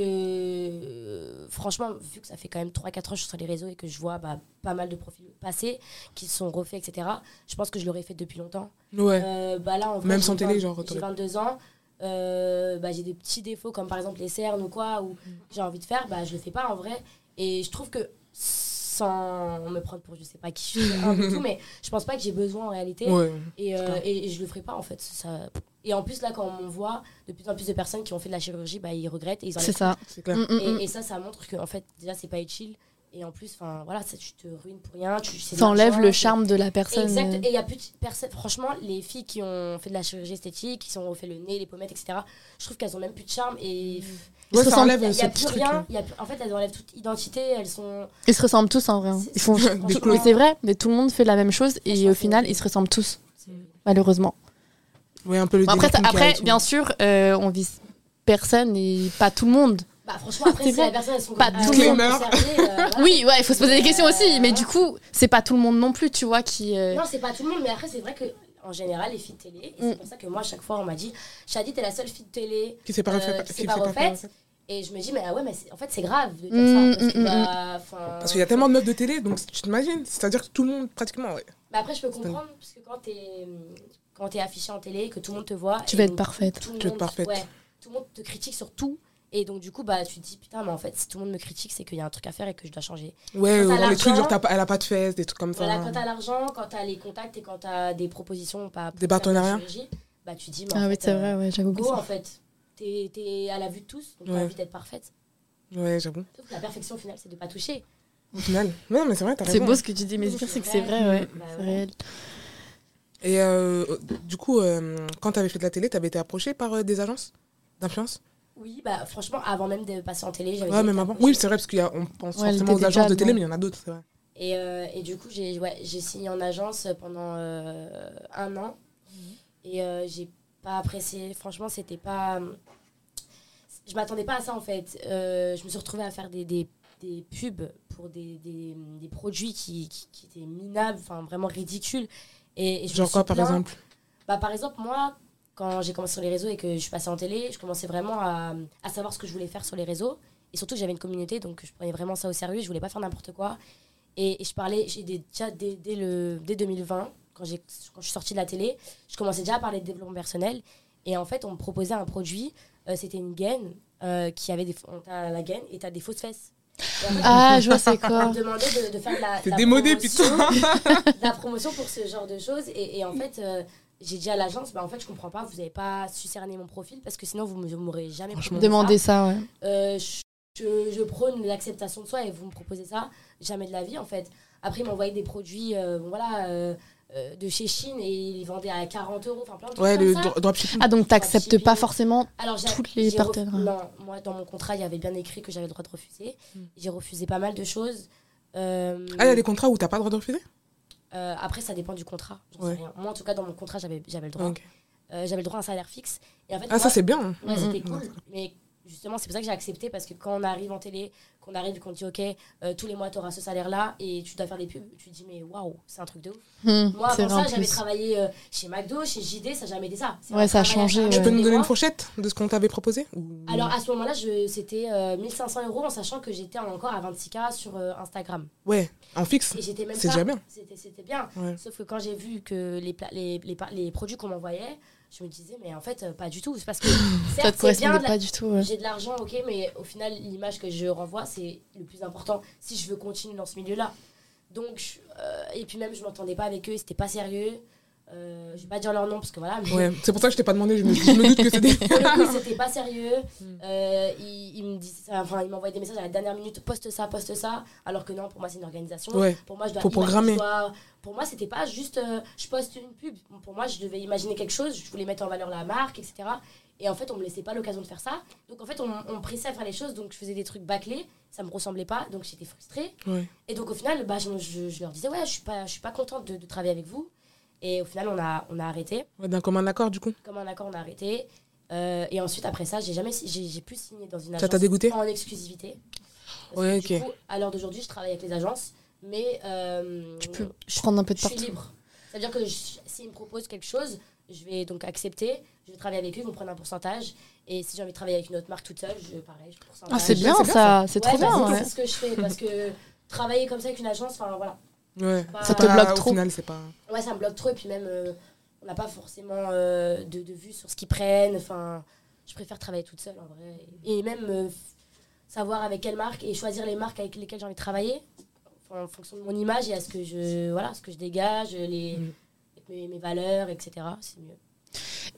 Speaker 3: euh, franchement, vu que ça fait quand même 3-4 ans que je suis sur les réseaux et que je vois bah, pas mal de profils passés qui se sont refaits, etc., je pense que je l'aurais fait depuis longtemps.
Speaker 2: Ouais.
Speaker 3: Euh, bah là, en vrai,
Speaker 2: Même
Speaker 3: j'ai
Speaker 2: sans télé,
Speaker 3: 20
Speaker 2: genre,
Speaker 3: J'ai
Speaker 2: t'aurais-
Speaker 3: 22 ans, euh, bah, j'ai des petits défauts comme par exemple les cernes ou quoi,
Speaker 2: Mm.
Speaker 3: ou j'ai envie de faire, bah, je le fais pas en vrai. Et je trouve que sans me prendre pour je sais pas qui je suis, un peu tout, mais je pense pas que j'ai besoin en réalité.
Speaker 2: Ouais.
Speaker 3: Et, euh,
Speaker 2: Grave.
Speaker 3: et, et je le ferai pas en fait. Ça, Et en plus, là, quand on voit de plus en plus de personnes qui ont fait de la chirurgie, bah, ils regrettent et ils
Speaker 1: C'est
Speaker 3: enlèvent.
Speaker 1: ça.
Speaker 2: c'est clair.
Speaker 1: Mm, mm, mm.
Speaker 3: Et, et ça, ça montre que, en fait, déjà, c'est pas utile. Et en plus, enfin, voilà, ça, tu te ruines pour rien. Tu c'est de
Speaker 1: T'enlèves
Speaker 3: l'argent,
Speaker 1: le
Speaker 3: c'est-
Speaker 1: charme de la personne.
Speaker 3: Exact.
Speaker 1: euh,
Speaker 3: Et il y a plus de personnes. Franchement, les filles qui ont fait de la chirurgie esthétique, qui se sont refait le nez, les pommettes, etc. Je trouve qu'elles ont même plus de charme et pff,
Speaker 1: Ils
Speaker 2: Ouais,
Speaker 1: se
Speaker 2: ça
Speaker 1: ressemblent-
Speaker 2: enlève euh,
Speaker 3: il y a- il y
Speaker 2: ce
Speaker 3: a
Speaker 2: petit
Speaker 3: plus
Speaker 2: truc.
Speaker 1: hein.
Speaker 3: rien. il y a plus- En fait, elles enlèvent toute identité. Elles sont.
Speaker 1: Ils se ressemblent tous en vrai. hein. Ils font...
Speaker 2: Des
Speaker 1: Tout-
Speaker 2: clones.
Speaker 1: Mais c'est vrai, mais tout le monde fait la même chose et
Speaker 3: Franchement,
Speaker 1: au
Speaker 3: c'est
Speaker 1: final,
Speaker 3: horrible.
Speaker 1: ils se ressemblent tous,
Speaker 3: c'est-
Speaker 1: malheureusement.
Speaker 2: Ouais, un peu le
Speaker 1: Bon, après,
Speaker 2: délire
Speaker 1: ça-
Speaker 2: Kinka et
Speaker 1: après
Speaker 2: tout.
Speaker 1: bien sûr, euh, on vise personne et pas tout le monde.
Speaker 3: Bah, franchement, après,
Speaker 1: C'est
Speaker 3: si
Speaker 1: vrai.
Speaker 3: la personne, elles sont
Speaker 1: Pas
Speaker 3: comme-
Speaker 1: tout
Speaker 3: elles sont
Speaker 2: le monde.
Speaker 3: concernées, euh, voilà.
Speaker 1: Oui, ouais, il faut se poser des
Speaker 3: Euh,
Speaker 1: questions aussi, mais
Speaker 3: voilà.
Speaker 1: du coup, c'est pas tout le monde non plus, tu vois, qui. euh,
Speaker 3: Non, c'est pas tout le monde, mais après, c'est vrai que. En général, les filles de télé, et
Speaker 1: Mm.
Speaker 3: c'est pour ça que moi, à chaque fois, on m'a dit Shadi, t'es la seule fille de télé
Speaker 2: Qui s'est pas
Speaker 3: euh,
Speaker 2: refait.
Speaker 3: qui
Speaker 2: qui
Speaker 3: s'est
Speaker 2: s'est
Speaker 3: pas refaite. Et je me dis, mais ah ouais, mais c'est- en fait, c'est grave de dire ça. Parce que,
Speaker 1: Mm, mm,
Speaker 3: bah, enfin,
Speaker 2: Parce qu'il y a tellement de meufs de télé, donc tu t'imagines C'est-à-dire que tout le monde, pratiquement, ouais.
Speaker 3: Mais après, je peux comprendre, parce que quand t'es quand t'es affiché en télé, que tout le monde te voit.
Speaker 1: Tu
Speaker 3: et
Speaker 1: vas être
Speaker 3: donc,
Speaker 1: parfaite.
Speaker 3: Tout le
Speaker 2: Tu vas
Speaker 3: monde,
Speaker 2: être parfaite.
Speaker 3: ouais, tout le monde te critique sur tout. Et donc, du coup, bah, tu te dis, putain, mais en fait, si tout le monde me critique, c'est qu'il y a un truc à faire et que je dois changer.
Speaker 2: Ouais,
Speaker 3: Quand t'as
Speaker 2: euh, les
Speaker 3: l'argent-
Speaker 2: trucs genre, t'as pas- elle a pas de fesses, des trucs comme ça.
Speaker 3: Voilà, quand t'as l'argent, quand t'as les contacts et quand t'as des propositions, pas
Speaker 2: Des
Speaker 3: pour faire de la
Speaker 2: partenariats.
Speaker 3: chirurgie, Bah, tu te dis, mais en
Speaker 1: Ah oui,
Speaker 3: fait,
Speaker 1: c'est
Speaker 3: euh,
Speaker 1: vrai, ouais, j'avoue que
Speaker 3: go,
Speaker 1: ça.
Speaker 3: en fait. T'es t'es à la vue de tous, donc
Speaker 2: Ouais.
Speaker 3: t'as envie d'être parfaite.
Speaker 2: Ouais, j'avoue.
Speaker 3: Sauf que la perfection, au final, c'est de pas toucher.
Speaker 2: Au final. Non, mais c'est vrai, t'as
Speaker 1: C'est
Speaker 2: raison.
Speaker 1: beau ce que tu dis, mais le pire, c'est que c'est vrai, ouais.
Speaker 3: Bah,
Speaker 1: C'est
Speaker 3: ouais.
Speaker 1: réel.
Speaker 2: Et euh, du coup, euh, quand t'avais fait de la télé, t'avais été approchée par euh, des agences d'influence
Speaker 3: Oui, bah, franchement, avant même de passer en télé, j'avais
Speaker 2: Ouais,
Speaker 3: déjà
Speaker 2: même
Speaker 3: été
Speaker 2: avant.
Speaker 3: approchée.
Speaker 2: Oui, c'est vrai, parce qu'on pense
Speaker 1: Ouais, elle
Speaker 2: forcément aux
Speaker 1: était
Speaker 2: agences
Speaker 1: déjà
Speaker 2: de télé,
Speaker 1: dans-
Speaker 2: mais il y en a d'autres, c'est vrai.
Speaker 3: Et, euh, et du coup, j'ai ouais, j'ai signé en agence pendant euh, un an.
Speaker 1: Mhm.
Speaker 3: Et euh, j'ai pas apprécié. Franchement, c'était pas. Je m'attendais pas à ça en fait. Euh, je me suis retrouvée à faire des, des, des pubs pour des, des, des produits qui, qui, qui étaient minables, enfin vraiment ridicules. Et, et je me
Speaker 2: Genre
Speaker 3: suis
Speaker 2: quoi, par
Speaker 3: plaint.
Speaker 2: exemple
Speaker 3: bah, Par exemple, moi, quand j'ai commencé sur les réseaux et que je suis passée en télé, je commençais vraiment à, à savoir ce que je voulais faire sur les réseaux. Et surtout, j'avais une communauté, donc je prenais vraiment ça au sérieux. Je voulais pas faire n'importe quoi. Et, et je parlais, j'ai des- déjà dès, dès le, dès 2020, quand, j'ai, quand je suis sortie de la télé, je commençais déjà à parler de développement personnel. Et en fait, on me proposait un produit, euh, c'était une gaine euh, qui avait des. on- T'as la gaine et t'as des fausses fesses. Et en fait,
Speaker 1: Ah, je vois, c'est
Speaker 3: on
Speaker 1: quoi
Speaker 3: me demandait de, de faire de la. de
Speaker 2: T'es
Speaker 3: la
Speaker 2: démodé,
Speaker 3: promotion
Speaker 2: putain
Speaker 3: de la promotion pour ce genre de choses. Et, et en fait, euh, j'ai dit à l'agence, bah en fait, je comprends pas, vous n'avez pas su cerner mon profil parce que sinon, vous ne m'aurez jamais
Speaker 2: Franchement.
Speaker 3: proposé ça.
Speaker 1: Demander ça, ouais.
Speaker 3: Euh, je, je- je prône l'acceptation de soi et vous me proposez ça, jamais de la vie, en fait. Après, ils m'envoyaient des produits, euh, bon, voilà. euh, euh, de chez Chine et ils vendaient à 40 euros, enfin plein de trucs
Speaker 2: Ouais,
Speaker 3: comme
Speaker 2: le
Speaker 3: ça.
Speaker 2: dro- dropshipping.
Speaker 1: Ah, donc t'acceptes pas forcément.
Speaker 3: Alors, j'ai-
Speaker 1: Toutes les
Speaker 3: j'ai
Speaker 1: partenaires.
Speaker 3: ref- Non, moi, dans mon contrat, il y avait bien écrit que j'avais le droit de refuser.
Speaker 2: Mm.
Speaker 3: J'ai refusé pas mal de choses. Euh,
Speaker 2: Ah, il y a des contrats où t'as pas le droit de refuser
Speaker 3: euh, après, ça dépend du contrat. j'en
Speaker 2: Ouais.
Speaker 3: sais rien. Moi, en tout cas, dans mon contrat, j'avais j'avais le droit.
Speaker 2: Ok.
Speaker 3: Euh, j'avais le droit à un salaire fixe. Et en fait,
Speaker 2: Ah, ça,
Speaker 3: moi,
Speaker 2: c'est bien.
Speaker 3: ouais, c'était
Speaker 2: Mhm.
Speaker 3: cool. Mais justement, c'est pour ça que j'ai accepté parce que quand on arrive en télé, qu'on arrive et qu'on dit OK, euh, tous les mois, tu auras ce salaire-là et tu dois faire des pubs, tu te dis, mais waouh, c'est un truc de ouf.
Speaker 1: Hmm,
Speaker 3: Moi,
Speaker 1: c'est
Speaker 3: avant
Speaker 1: vrai en
Speaker 3: ça, j'avais
Speaker 1: plus.
Speaker 3: travaillé euh, chez McDo, chez JD, ça n'a jamais été ça. C'est
Speaker 1: Ouais,
Speaker 3: un
Speaker 1: ça a
Speaker 3: travail à
Speaker 1: changé,
Speaker 3: faire
Speaker 1: ouais.
Speaker 2: Tu peux
Speaker 3: tous
Speaker 2: nous
Speaker 3: les
Speaker 2: donner une
Speaker 3: mois.
Speaker 2: fourchette de ce qu'on t'avait proposé Ou-
Speaker 3: Euh, Alors à ce moment-là, je- c'était euh, 1500 euros en sachant que j'étais encore à 26K sur euh, Instagram.
Speaker 2: Ouais, en fixe.
Speaker 3: Et j'étais même
Speaker 2: C'est
Speaker 3: pas-
Speaker 2: déjà bien.
Speaker 3: C'était c'était bien.
Speaker 2: Ouais.
Speaker 3: Sauf que quand j'ai vu que les, pla- les, les, pa- les produits qu'on m'envoyait, je me disais, mais en fait, euh, pas du tout. C'est parce que
Speaker 1: Ça
Speaker 3: certes,
Speaker 1: te
Speaker 3: c'est bien,
Speaker 1: correspondait
Speaker 3: de la-
Speaker 1: pas du tout, ouais.
Speaker 3: j'ai de l'argent, ok, mais au final, l'image que je renvoie, c'est le plus important si je veux continuer dans ce milieu-là. Donc, euh, et puis même, je m'entendais pas avec eux, c'était pas sérieux. Euh, je vais pas dire leur nom parce que voilà, mais
Speaker 2: Ouais, c'est pour ça que je t'ai pas demandé, je me, je me doute que c'est des.
Speaker 3: pour le coup, c'était pas sérieux.
Speaker 2: Mm.
Speaker 3: Euh, ils, ils me disaient, enfin, ils m'envoyaient des messages à la dernière minute, poste ça, poste ça, alors que non, pour moi, c'est une organisation.
Speaker 2: Ouais,
Speaker 3: Pour moi, je dois
Speaker 2: Faut programmer.
Speaker 3: je dois- Pour moi, c'était pas juste euh, je poste une pub. Pour moi, je devais imaginer quelque chose, je voulais mettre en valeur la marque, etc. Et en fait, on me laissait pas l'occasion de faire ça. Donc en fait, on, on me pressait à faire les choses, donc je faisais des trucs bâclés, ça me ressemblait pas, donc j'étais frustrée.
Speaker 2: ouais.
Speaker 3: Et donc au final, bah, je, je- je leur disais ouais, je suis pas, je suis pas contente de, de travailler avec vous. Et au final, on a, on a arrêté.
Speaker 2: Ouais, D'un commun accord, du coup.
Speaker 3: Comme un accord, on a arrêté. Euh, et ensuite, après ça, j'ai jamais, si- j'ai j'ai plus signé dans une
Speaker 2: Ça
Speaker 3: agence
Speaker 2: t'a dégoûté
Speaker 3: en exclusivité. Parce
Speaker 2: Ouais,
Speaker 3: que du
Speaker 2: ok.
Speaker 3: coup, à l'heure d'aujourd'hui, je travaille avec les agences, mais euh,
Speaker 1: Tu peux prendre un peu de
Speaker 3: je suis
Speaker 1: partout.
Speaker 3: libre. C'est-à-dire que je- s'ils me proposent quelque chose, je vais donc accepter, je vais travailler avec eux, ils vont prendre un pourcentage. Et si j'ai envie de travailler avec une autre marque toute seule, je, pareil, je pourcentage.
Speaker 1: Ah, c'est bien
Speaker 2: c'est bien,
Speaker 1: ça, c'est
Speaker 3: Ouais,
Speaker 1: trop
Speaker 3: bah,
Speaker 1: bien,
Speaker 3: c'est-
Speaker 1: ouais.
Speaker 3: C'est ce que je fais parce que travailler comme ça avec une agence, enfin voilà.
Speaker 2: Ouais.
Speaker 3: Bah,
Speaker 1: Ça te
Speaker 2: C'est pas-
Speaker 1: bloque
Speaker 2: au
Speaker 1: trop.
Speaker 2: final, c'est pas.
Speaker 3: Ouais, ça me bloque trop et puis même, euh, on n'a pas forcément euh, de, de vue sur ce qu'ils prennent. Enfin, je préfère travailler toute seule en vrai. Et même euh, f- savoir avec quelle marque et choisir les marques avec lesquelles j'ai envie de travailler en fonction de mon image et à ce que je, voilà, ce que je dégage, les,
Speaker 2: Mm.
Speaker 3: mes, mes valeurs, etc. C'est mieux.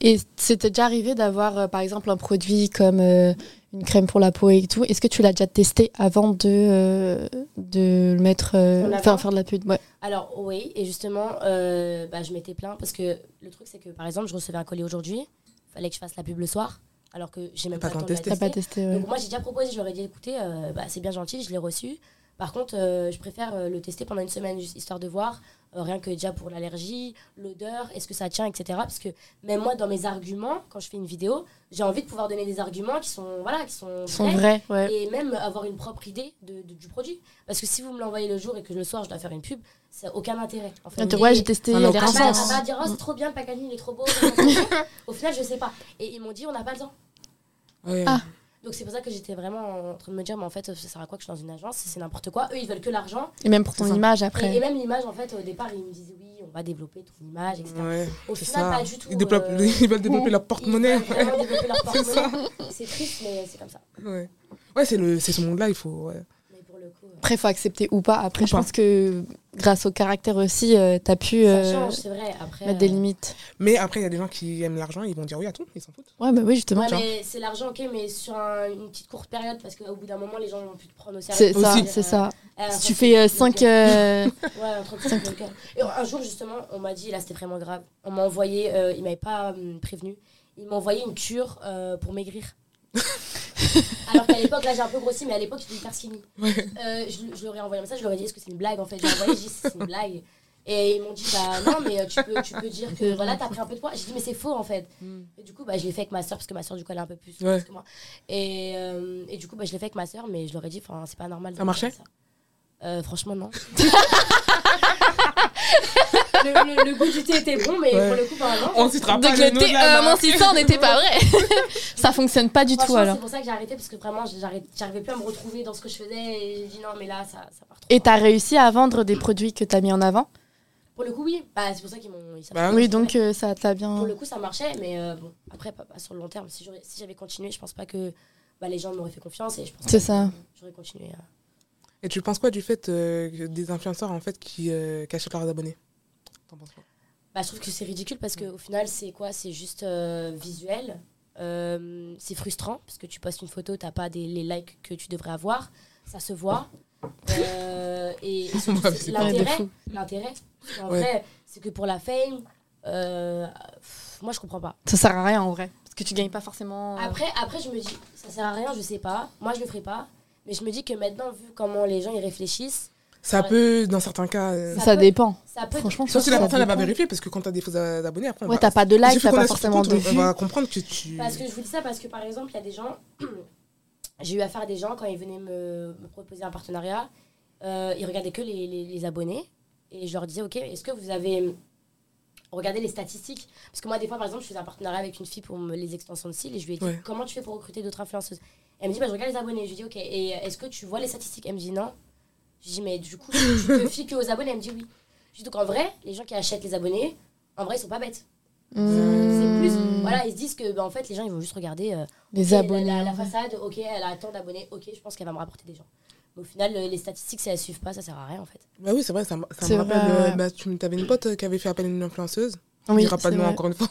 Speaker 1: Et c'était déjà arrivé d'avoir, euh, par exemple, un produit comme euh, une crème pour la peau et tout. Est-ce que tu l'as déjà testé avant de, euh, de le mettre, euh,
Speaker 3: On l'a
Speaker 1: faire,
Speaker 3: pas
Speaker 1: faire de la pub ouais.
Speaker 3: Alors oui, et justement, euh, bah, je m'étais plaint parce que le truc c'est que par exemple, je recevais un colis aujourd'hui, fallait que je fasse la pub le soir, alors que j'ai même
Speaker 2: T'as
Speaker 3: pas
Speaker 2: pas
Speaker 3: le temps de la
Speaker 2: testé.
Speaker 1: T'as
Speaker 3: tester.
Speaker 1: pas testé ouais.
Speaker 3: Donc moi j'ai déjà proposé, je leur ai dit écoutez, euh, bah, c'est bien gentil, je l'ai reçu. Par contre, euh, je préfère euh, le tester pendant une semaine, juste histoire de voir, euh, rien que déjà pour l'allergie, l'odeur, est-ce que ça tient, etc. Parce que même moi, dans mes arguments, quand je fais une vidéo, j'ai envie de pouvoir donner des arguments qui sont, voilà, qui sont,
Speaker 1: Ils sont
Speaker 3: vrais
Speaker 1: vrais, ouais.
Speaker 3: et même avoir une propre idée de, de- du produit. Parce que si vous me l'envoyez le jour et que le soir je dois faire une pub, ça n'a aucun intérêt. En fait.
Speaker 1: Attends, ouais, j'ai testé
Speaker 2: Ça
Speaker 1: il
Speaker 2: n'a
Speaker 1: y a
Speaker 2: aucun
Speaker 1: des
Speaker 3: Ah bah,
Speaker 1: sens.
Speaker 3: ah bah, dire, oh, c'est trop bien, le packaging il est trop beau. blablabla. Au final, je sais pas. Et ils m'ont dit, on n'a pas le temps.
Speaker 2: Ouais.
Speaker 1: Ah.
Speaker 3: Donc c'est pour ça que j'étais vraiment en train de me dire, mais en fait, ça sert à quoi que je sois dans une agence C'est n'importe quoi. Eux, ils veulent que l'argent.
Speaker 1: Et même pour
Speaker 2: C'est
Speaker 1: ton
Speaker 2: ça.
Speaker 1: image
Speaker 3: Et, et
Speaker 1: après.
Speaker 3: même l'image, en fait, au départ, ils me disent, oui, on va développer ton image, etc.
Speaker 2: Ouais,
Speaker 3: Au
Speaker 2: c'est
Speaker 3: final,
Speaker 2: ça.
Speaker 3: pas du tout.
Speaker 2: Ils, développent-
Speaker 3: euh,
Speaker 2: ils veulent développer leur porte-monnaie.
Speaker 3: Ils veulent vraiment développer leur
Speaker 2: C'est ça.
Speaker 3: porte-monnaie. C'est triste, mais c'est comme ça.
Speaker 2: Ouais, ouais c'est le- c'est ce monde-là, il faut. ouais.
Speaker 3: Mais pour le coup, euh,
Speaker 1: Après, faut accepter ou pas. Après,
Speaker 2: Ou
Speaker 1: je
Speaker 2: pas.
Speaker 1: pense que grâce au caractère aussi, euh, t'as pu euh,
Speaker 3: ça change, c'est vrai. Après,
Speaker 1: mettre des
Speaker 3: euh,
Speaker 1: limites.
Speaker 2: Mais après, il y a des gens qui aiment l'argent, ils vont dire oui à tout, ils s'en foutent.
Speaker 1: Ouais, bah oui, justement.
Speaker 3: euh, Ouais,
Speaker 1: genre.
Speaker 3: mais c'est l'argent, ok, mais sur un- une petite courte période, parce qu'au bout d'un moment, les gens n'ont plus te prendre au sérieux.
Speaker 1: C'est ça,
Speaker 2: Aussi.
Speaker 1: c'est ça.
Speaker 3: Euh,
Speaker 1: Si tu fais euh, 5
Speaker 3: Ouais, un truc comme ça, donc, euh, Et un jour, justement, on m'a dit, là, c'était vraiment grave. On m'a envoyé, euh, il m'avait pas hum, prévenu, il m'a envoyé une cure euh, pour maigrir. Alors qu'à l'époque, là, j'ai un peu grossi, mais à l'époque, j'étais hyper skinny. Euh, je, je leur ai envoyé un message, je leur ai dit, est-ce que c'est une blague, en fait J'ai envoyé, j'ai dit, c'est une blague. Et ils m'ont dit, bah non, mais euh, tu peux, tu peux dire que voilà, t'as pris un peu de poids. J'ai dit, mais c'est faux, en fait. Et du coup, bah, je l'ai fait avec ma soeur, parce que ma soeur, du coup, elle est un peu plus grosse
Speaker 2: Ouais.
Speaker 3: que moi. Et, euh, et du coup, bah, je l'ai fait avec ma soeur, mais je leur ai dit, enfin, c'est pas normal. de
Speaker 2: Ça marchait
Speaker 3: faire Euh, Franchement, non. le, le- le goût du thé était bon, mais
Speaker 2: Ouais.
Speaker 3: pour le coup, bah, non.
Speaker 2: On citera pas
Speaker 1: Donc
Speaker 2: le
Speaker 1: le
Speaker 2: nom
Speaker 1: thé,
Speaker 2: de la
Speaker 1: euh,
Speaker 2: marque.
Speaker 1: mon ça n'était pas vrai. ça fonctionne pas du tout
Speaker 3: Franchement,
Speaker 1: alors.
Speaker 3: c'est pour ça que j'ai arrêté, parce que vraiment, j'arrête- j'arrivais plus à me retrouver dans ce que je faisais. Et j'ai dit, non, mais là, ça, ça part trop.
Speaker 1: Et
Speaker 3: loin.
Speaker 1: t'as réussi à vendre des produits que t'as mis en avant
Speaker 3: Pour le coup, oui. Bah, c'est pour ça qu'ils m'ont. ils savent
Speaker 2: Bah
Speaker 3: pas.
Speaker 1: Oui, donc euh, ça t'a bien.
Speaker 3: Pour le coup, ça marchait, mais euh, bon, après, pas, pas sur le long terme. Si j'aurais- si j'avais continué, je pense pas que bah, les gens m'auraient fait confiance et je pense
Speaker 1: C'est
Speaker 3: pas
Speaker 1: ça.
Speaker 3: que j'aurais continué. à-
Speaker 2: Et tu penses quoi du fait euh, que des influenceurs en fait qui, euh, qui achètent leurs abonnés T'en penses quoi
Speaker 3: Bah, je trouve que c'est ridicule parce qu'au final, c'est quoi C'est juste euh, visuel. Euh, c'est frustrant parce que tu postes une photo, t'as pas des, les likes que tu devrais avoir. Ça se voit. Euh, et et surtout,
Speaker 2: Ouais,
Speaker 3: c'est
Speaker 2: c'est
Speaker 1: pas de
Speaker 3: l'intérêt.
Speaker 1: fou.
Speaker 3: L'intérêt. Parce qu'en
Speaker 2: Ouais.
Speaker 3: vrai, c'est que pour la fame. euh, pff, moi, je comprends pas.
Speaker 1: Ça sert à rien en vrai. Parce que tu gagnes pas forcément. euh,
Speaker 3: Après, après, je me dis, ça sert à rien, je sais pas. Moi, je le ferai pas. Mais je me dis que maintenant, vu comment les gens y réfléchissent,
Speaker 2: Ça
Speaker 3: Ouais.
Speaker 2: peut, dans certains cas. euh,
Speaker 1: Ça,
Speaker 3: ça peut-
Speaker 1: dépend.
Speaker 3: ça peut.
Speaker 1: Franchement, je
Speaker 2: Sauf
Speaker 1: pense
Speaker 2: si
Speaker 1: que
Speaker 2: la
Speaker 1: ça
Speaker 2: personne n'a pas
Speaker 1: dépend.
Speaker 2: vérifié, parce que quand t'as des faux a- abonnés, après. on
Speaker 1: Ouais,
Speaker 2: va-
Speaker 1: t'as pas de
Speaker 2: Il
Speaker 1: like,
Speaker 2: suffit
Speaker 1: t'as
Speaker 2: qu'on
Speaker 1: pas
Speaker 2: a sur ton
Speaker 1: forcément
Speaker 2: compte,
Speaker 1: de
Speaker 2: on-
Speaker 1: vues.
Speaker 2: On va comprendre que tu.
Speaker 3: Parce que je vous dis ça parce que par exemple, il y a des gens, j'ai eu affaire à des gens quand ils venaient me, me proposer un partenariat, euh, ils regardaient que les, les- les abonnés et je leur disais ok, est-ce que vous avez regardé les statistiques Parce que moi des fois par exemple, je faisais un partenariat avec une fille pour me- les extensions de cils et je lui ai dit
Speaker 2: Ouais.
Speaker 3: comment tu fais pour recruter d'autres influenceuses Elle me dit bah, je regarde les abonnés. Je lui dis ok, et est-ce que tu vois les statistiques Elle me dit non. Je dis mais du coup tu te fies que aux abonnés Elle me dit oui. Je dis donc en vrai, les gens qui achètent les abonnés, en vrai ils sont pas bêtes.
Speaker 1: Hmm.
Speaker 3: C'est plus voilà ils se disent que bah, en fait les gens ils vont juste regarder. euh,
Speaker 1: Les
Speaker 3: la-
Speaker 1: abonnés.
Speaker 3: La, la
Speaker 1: ouais.
Speaker 3: façade, ok, elle a tant d'abonnés, ok, je pense qu'elle va me rapporter des gens. Mais au final, le- les statistiques, si elles suivent pas, ça sert à rien en fait.
Speaker 2: Bah oui, c'est vrai, ça, me- ça
Speaker 1: C'est
Speaker 2: me rappelle.
Speaker 1: vrai,
Speaker 2: euh,
Speaker 1: ouais.
Speaker 2: bah, tu avais une pote euh, qui avait fait appel à une influenceuse. on
Speaker 1: Oui,
Speaker 2: dira pas de
Speaker 1: c'est
Speaker 2: nom
Speaker 1: vrai.
Speaker 2: encore une fois.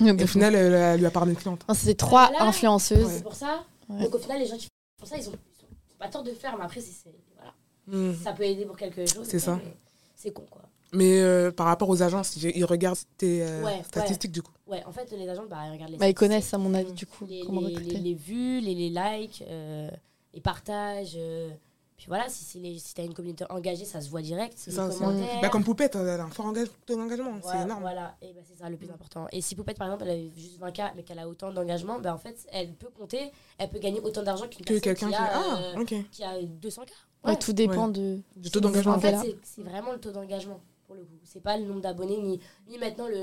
Speaker 2: Et au final, elle, elle lui a parlé une cliente.
Speaker 1: Non, C'était trois
Speaker 3: Voilà.
Speaker 1: influenceuses.
Speaker 3: C'est pour ça.
Speaker 1: Ouais.
Speaker 3: Donc au final, les gens qui font ça, ils ont, ils ont- ils ont pas tort de le faire, mais après, c'est, c'est- voilà.
Speaker 1: Mm.
Speaker 2: Hmm.
Speaker 3: ça peut aider pour quelque chose.
Speaker 2: C'est ça.
Speaker 3: mais C'est con quoi.
Speaker 2: Mais euh, par rapport aux agences, j'ai- ils regardent tes euh,
Speaker 3: Ouais,
Speaker 2: statistiques du coup.
Speaker 3: Ouais, en fait, les agents, bah, ils regardent les
Speaker 1: Bah, ils
Speaker 3: statistiques,
Speaker 1: connaissent, à mon avis, du coup,
Speaker 3: les,
Speaker 1: comment
Speaker 3: les-
Speaker 1: recruter.
Speaker 3: les- les vues, les, les likes, euh, les partages. euh, puis voilà, si, si, les- si t'as une communauté engagée, ça se voit direct.
Speaker 2: C'est
Speaker 3: les
Speaker 2: ça, c'est-
Speaker 3: commentaires.
Speaker 2: Bah, comme Poupette, elle a un fort engage- taux d'engagement, c'est
Speaker 3: Ouais,
Speaker 2: énorme.
Speaker 3: Voilà, et bah, c'est ça le plus important. Et si Poupette, par exemple, elle a juste 20K, mais qu'elle a autant d'engagement, bah, en fait, elle peut compter, elle peut gagner autant d'argent qu'une
Speaker 2: Que quelqu'un
Speaker 3: personne Bah, qui
Speaker 2: qui.
Speaker 3: a,
Speaker 2: Ah,
Speaker 3: euh,
Speaker 2: ok.
Speaker 3: qui a 200K.
Speaker 1: Ouais,
Speaker 3: Ouais.
Speaker 1: tout dépend de.
Speaker 2: Du taux
Speaker 1: Ouais,
Speaker 2: d'engagement.
Speaker 3: en fait,
Speaker 1: voilà.
Speaker 3: c'est- c'est vraiment le taux d'engagement, pour le coup. C'est pas le nombre d'abonnés, ni, ni maintenant le,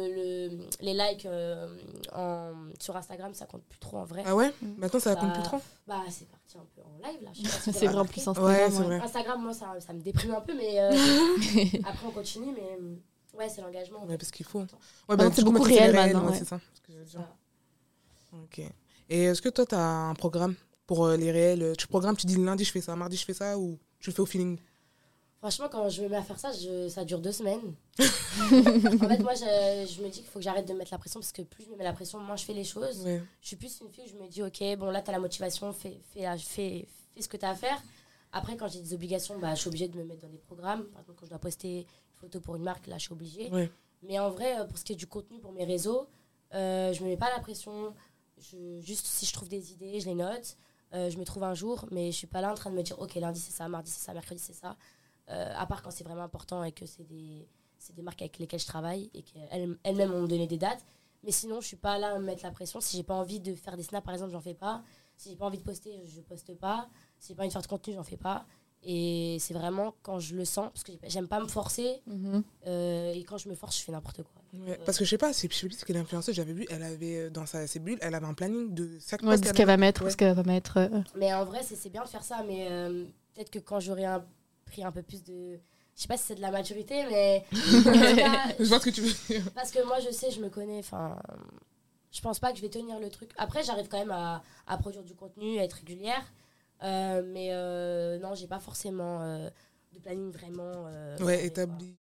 Speaker 3: le- les likes euh, en- sur Instagram, ça compte plus trop en vrai.
Speaker 2: Ah ouais
Speaker 1: Mm.
Speaker 2: Maintenant, ça compte
Speaker 3: Bah,
Speaker 2: plus trop.
Speaker 3: Bah, c'est parti un peu en live, là. je sais pas si vous
Speaker 1: C'est vrai
Speaker 3: avez
Speaker 1: en
Speaker 3: remarqué.
Speaker 1: plus Instagram.
Speaker 2: Ouais, c'est vrai.
Speaker 3: Instagram, moi, ça, ça me déprime un peu, mais euh, après, on continue, mais euh, ouais, c'est l'engagement. en
Speaker 2: Ouais,
Speaker 3: fait.
Speaker 2: parce qu'il faut.
Speaker 3: Attends.
Speaker 2: Ouais,
Speaker 1: Maintenant,
Speaker 2: du
Speaker 1: c'est
Speaker 2: coup,
Speaker 1: beaucoup
Speaker 2: c'est
Speaker 1: réel,
Speaker 2: les réels,
Speaker 1: maintenant,
Speaker 2: ouais,
Speaker 1: ouais.
Speaker 2: c'est ça. ce que je veux dire.
Speaker 3: Voilà.
Speaker 2: Ok. Et est-ce que toi, tu as un programme pour euh, les réels Tu programmes, tu dis lundi, je fais ça, mardi, je fais ça, ou tu le fais au feeling
Speaker 3: Franchement, quand je me mets à faire ça, je- ça dure deux semaines. en fait, moi, je, je me dis qu'il faut que j'arrête de me mettre la pression parce que plus je me mets la pression, moins je fais les choses.
Speaker 2: Ouais.
Speaker 3: Je suis plus une fille où je me dis, ok, bon, là, t'as la motivation, fais, fais, la- fais, fais ce que t'as à faire. Après, quand j'ai des obligations, bah, je suis obligée de me mettre dans des programmes. Par exemple, quand je dois poster une photo pour une marque, là, je suis obligée.
Speaker 2: Ouais.
Speaker 3: Mais en vrai, euh, pour ce qui est du contenu pour mes réseaux, euh, je me mets pas la pression. Je, juste si je trouve des idées, je les note. Euh, je me trouve un jour, mais je suis pas là en train de me dire, ok, lundi c'est ça, mardi c'est ça, mercredi c'est ça. Euh, à part quand c'est vraiment important et que c'est des, c'est des marques avec lesquelles je travaille et qu'elles elles-mêmes ont donné des dates. Mais sinon, je suis pas là à me mettre la pression. Si j'ai pas envie de faire des snaps, par exemple, j'en fais pas. Si j'ai pas envie de poster, je poste pas. Si j'ai pas envie de faire de contenu, j'en fais pas. Et c'est vraiment quand je le sens, parce que j'ai pas- j'aime pas me forcer.
Speaker 1: Mhm.
Speaker 3: euh, et quand je me force, je fais n'importe quoi.
Speaker 2: Ouais, Parce que je sais pas, c'est public parce que l'influenceuse, j'avais vu, elle avait euh, dans sa, ses bulles, elle avait un planning de chaque
Speaker 1: Ouais,
Speaker 2: poste
Speaker 1: de ce
Speaker 2: qu'elle
Speaker 1: qu'elle va mettre,
Speaker 2: ouais.
Speaker 1: ce qu'elle va mettre. euh,
Speaker 3: Mais en vrai, c'est c'est bien de faire ça, mais euh, peut-être que quand j'aurai un- pris un peu plus de. Je sais pas si c'est de la maturité, mais. en tout cas,
Speaker 2: avait. Je vois ce que tu veux dire.
Speaker 3: parce que moi, je sais, je me connais. Enfin, je pense pas que je vais tenir le truc. Après, j'arrive quand même à, à produire du contenu, à être régulière. Euh, mais euh, non, j'ai pas forcément euh, de planning vraiment. euh,
Speaker 2: Ouais,
Speaker 3: fermé, quoi.
Speaker 2: établi.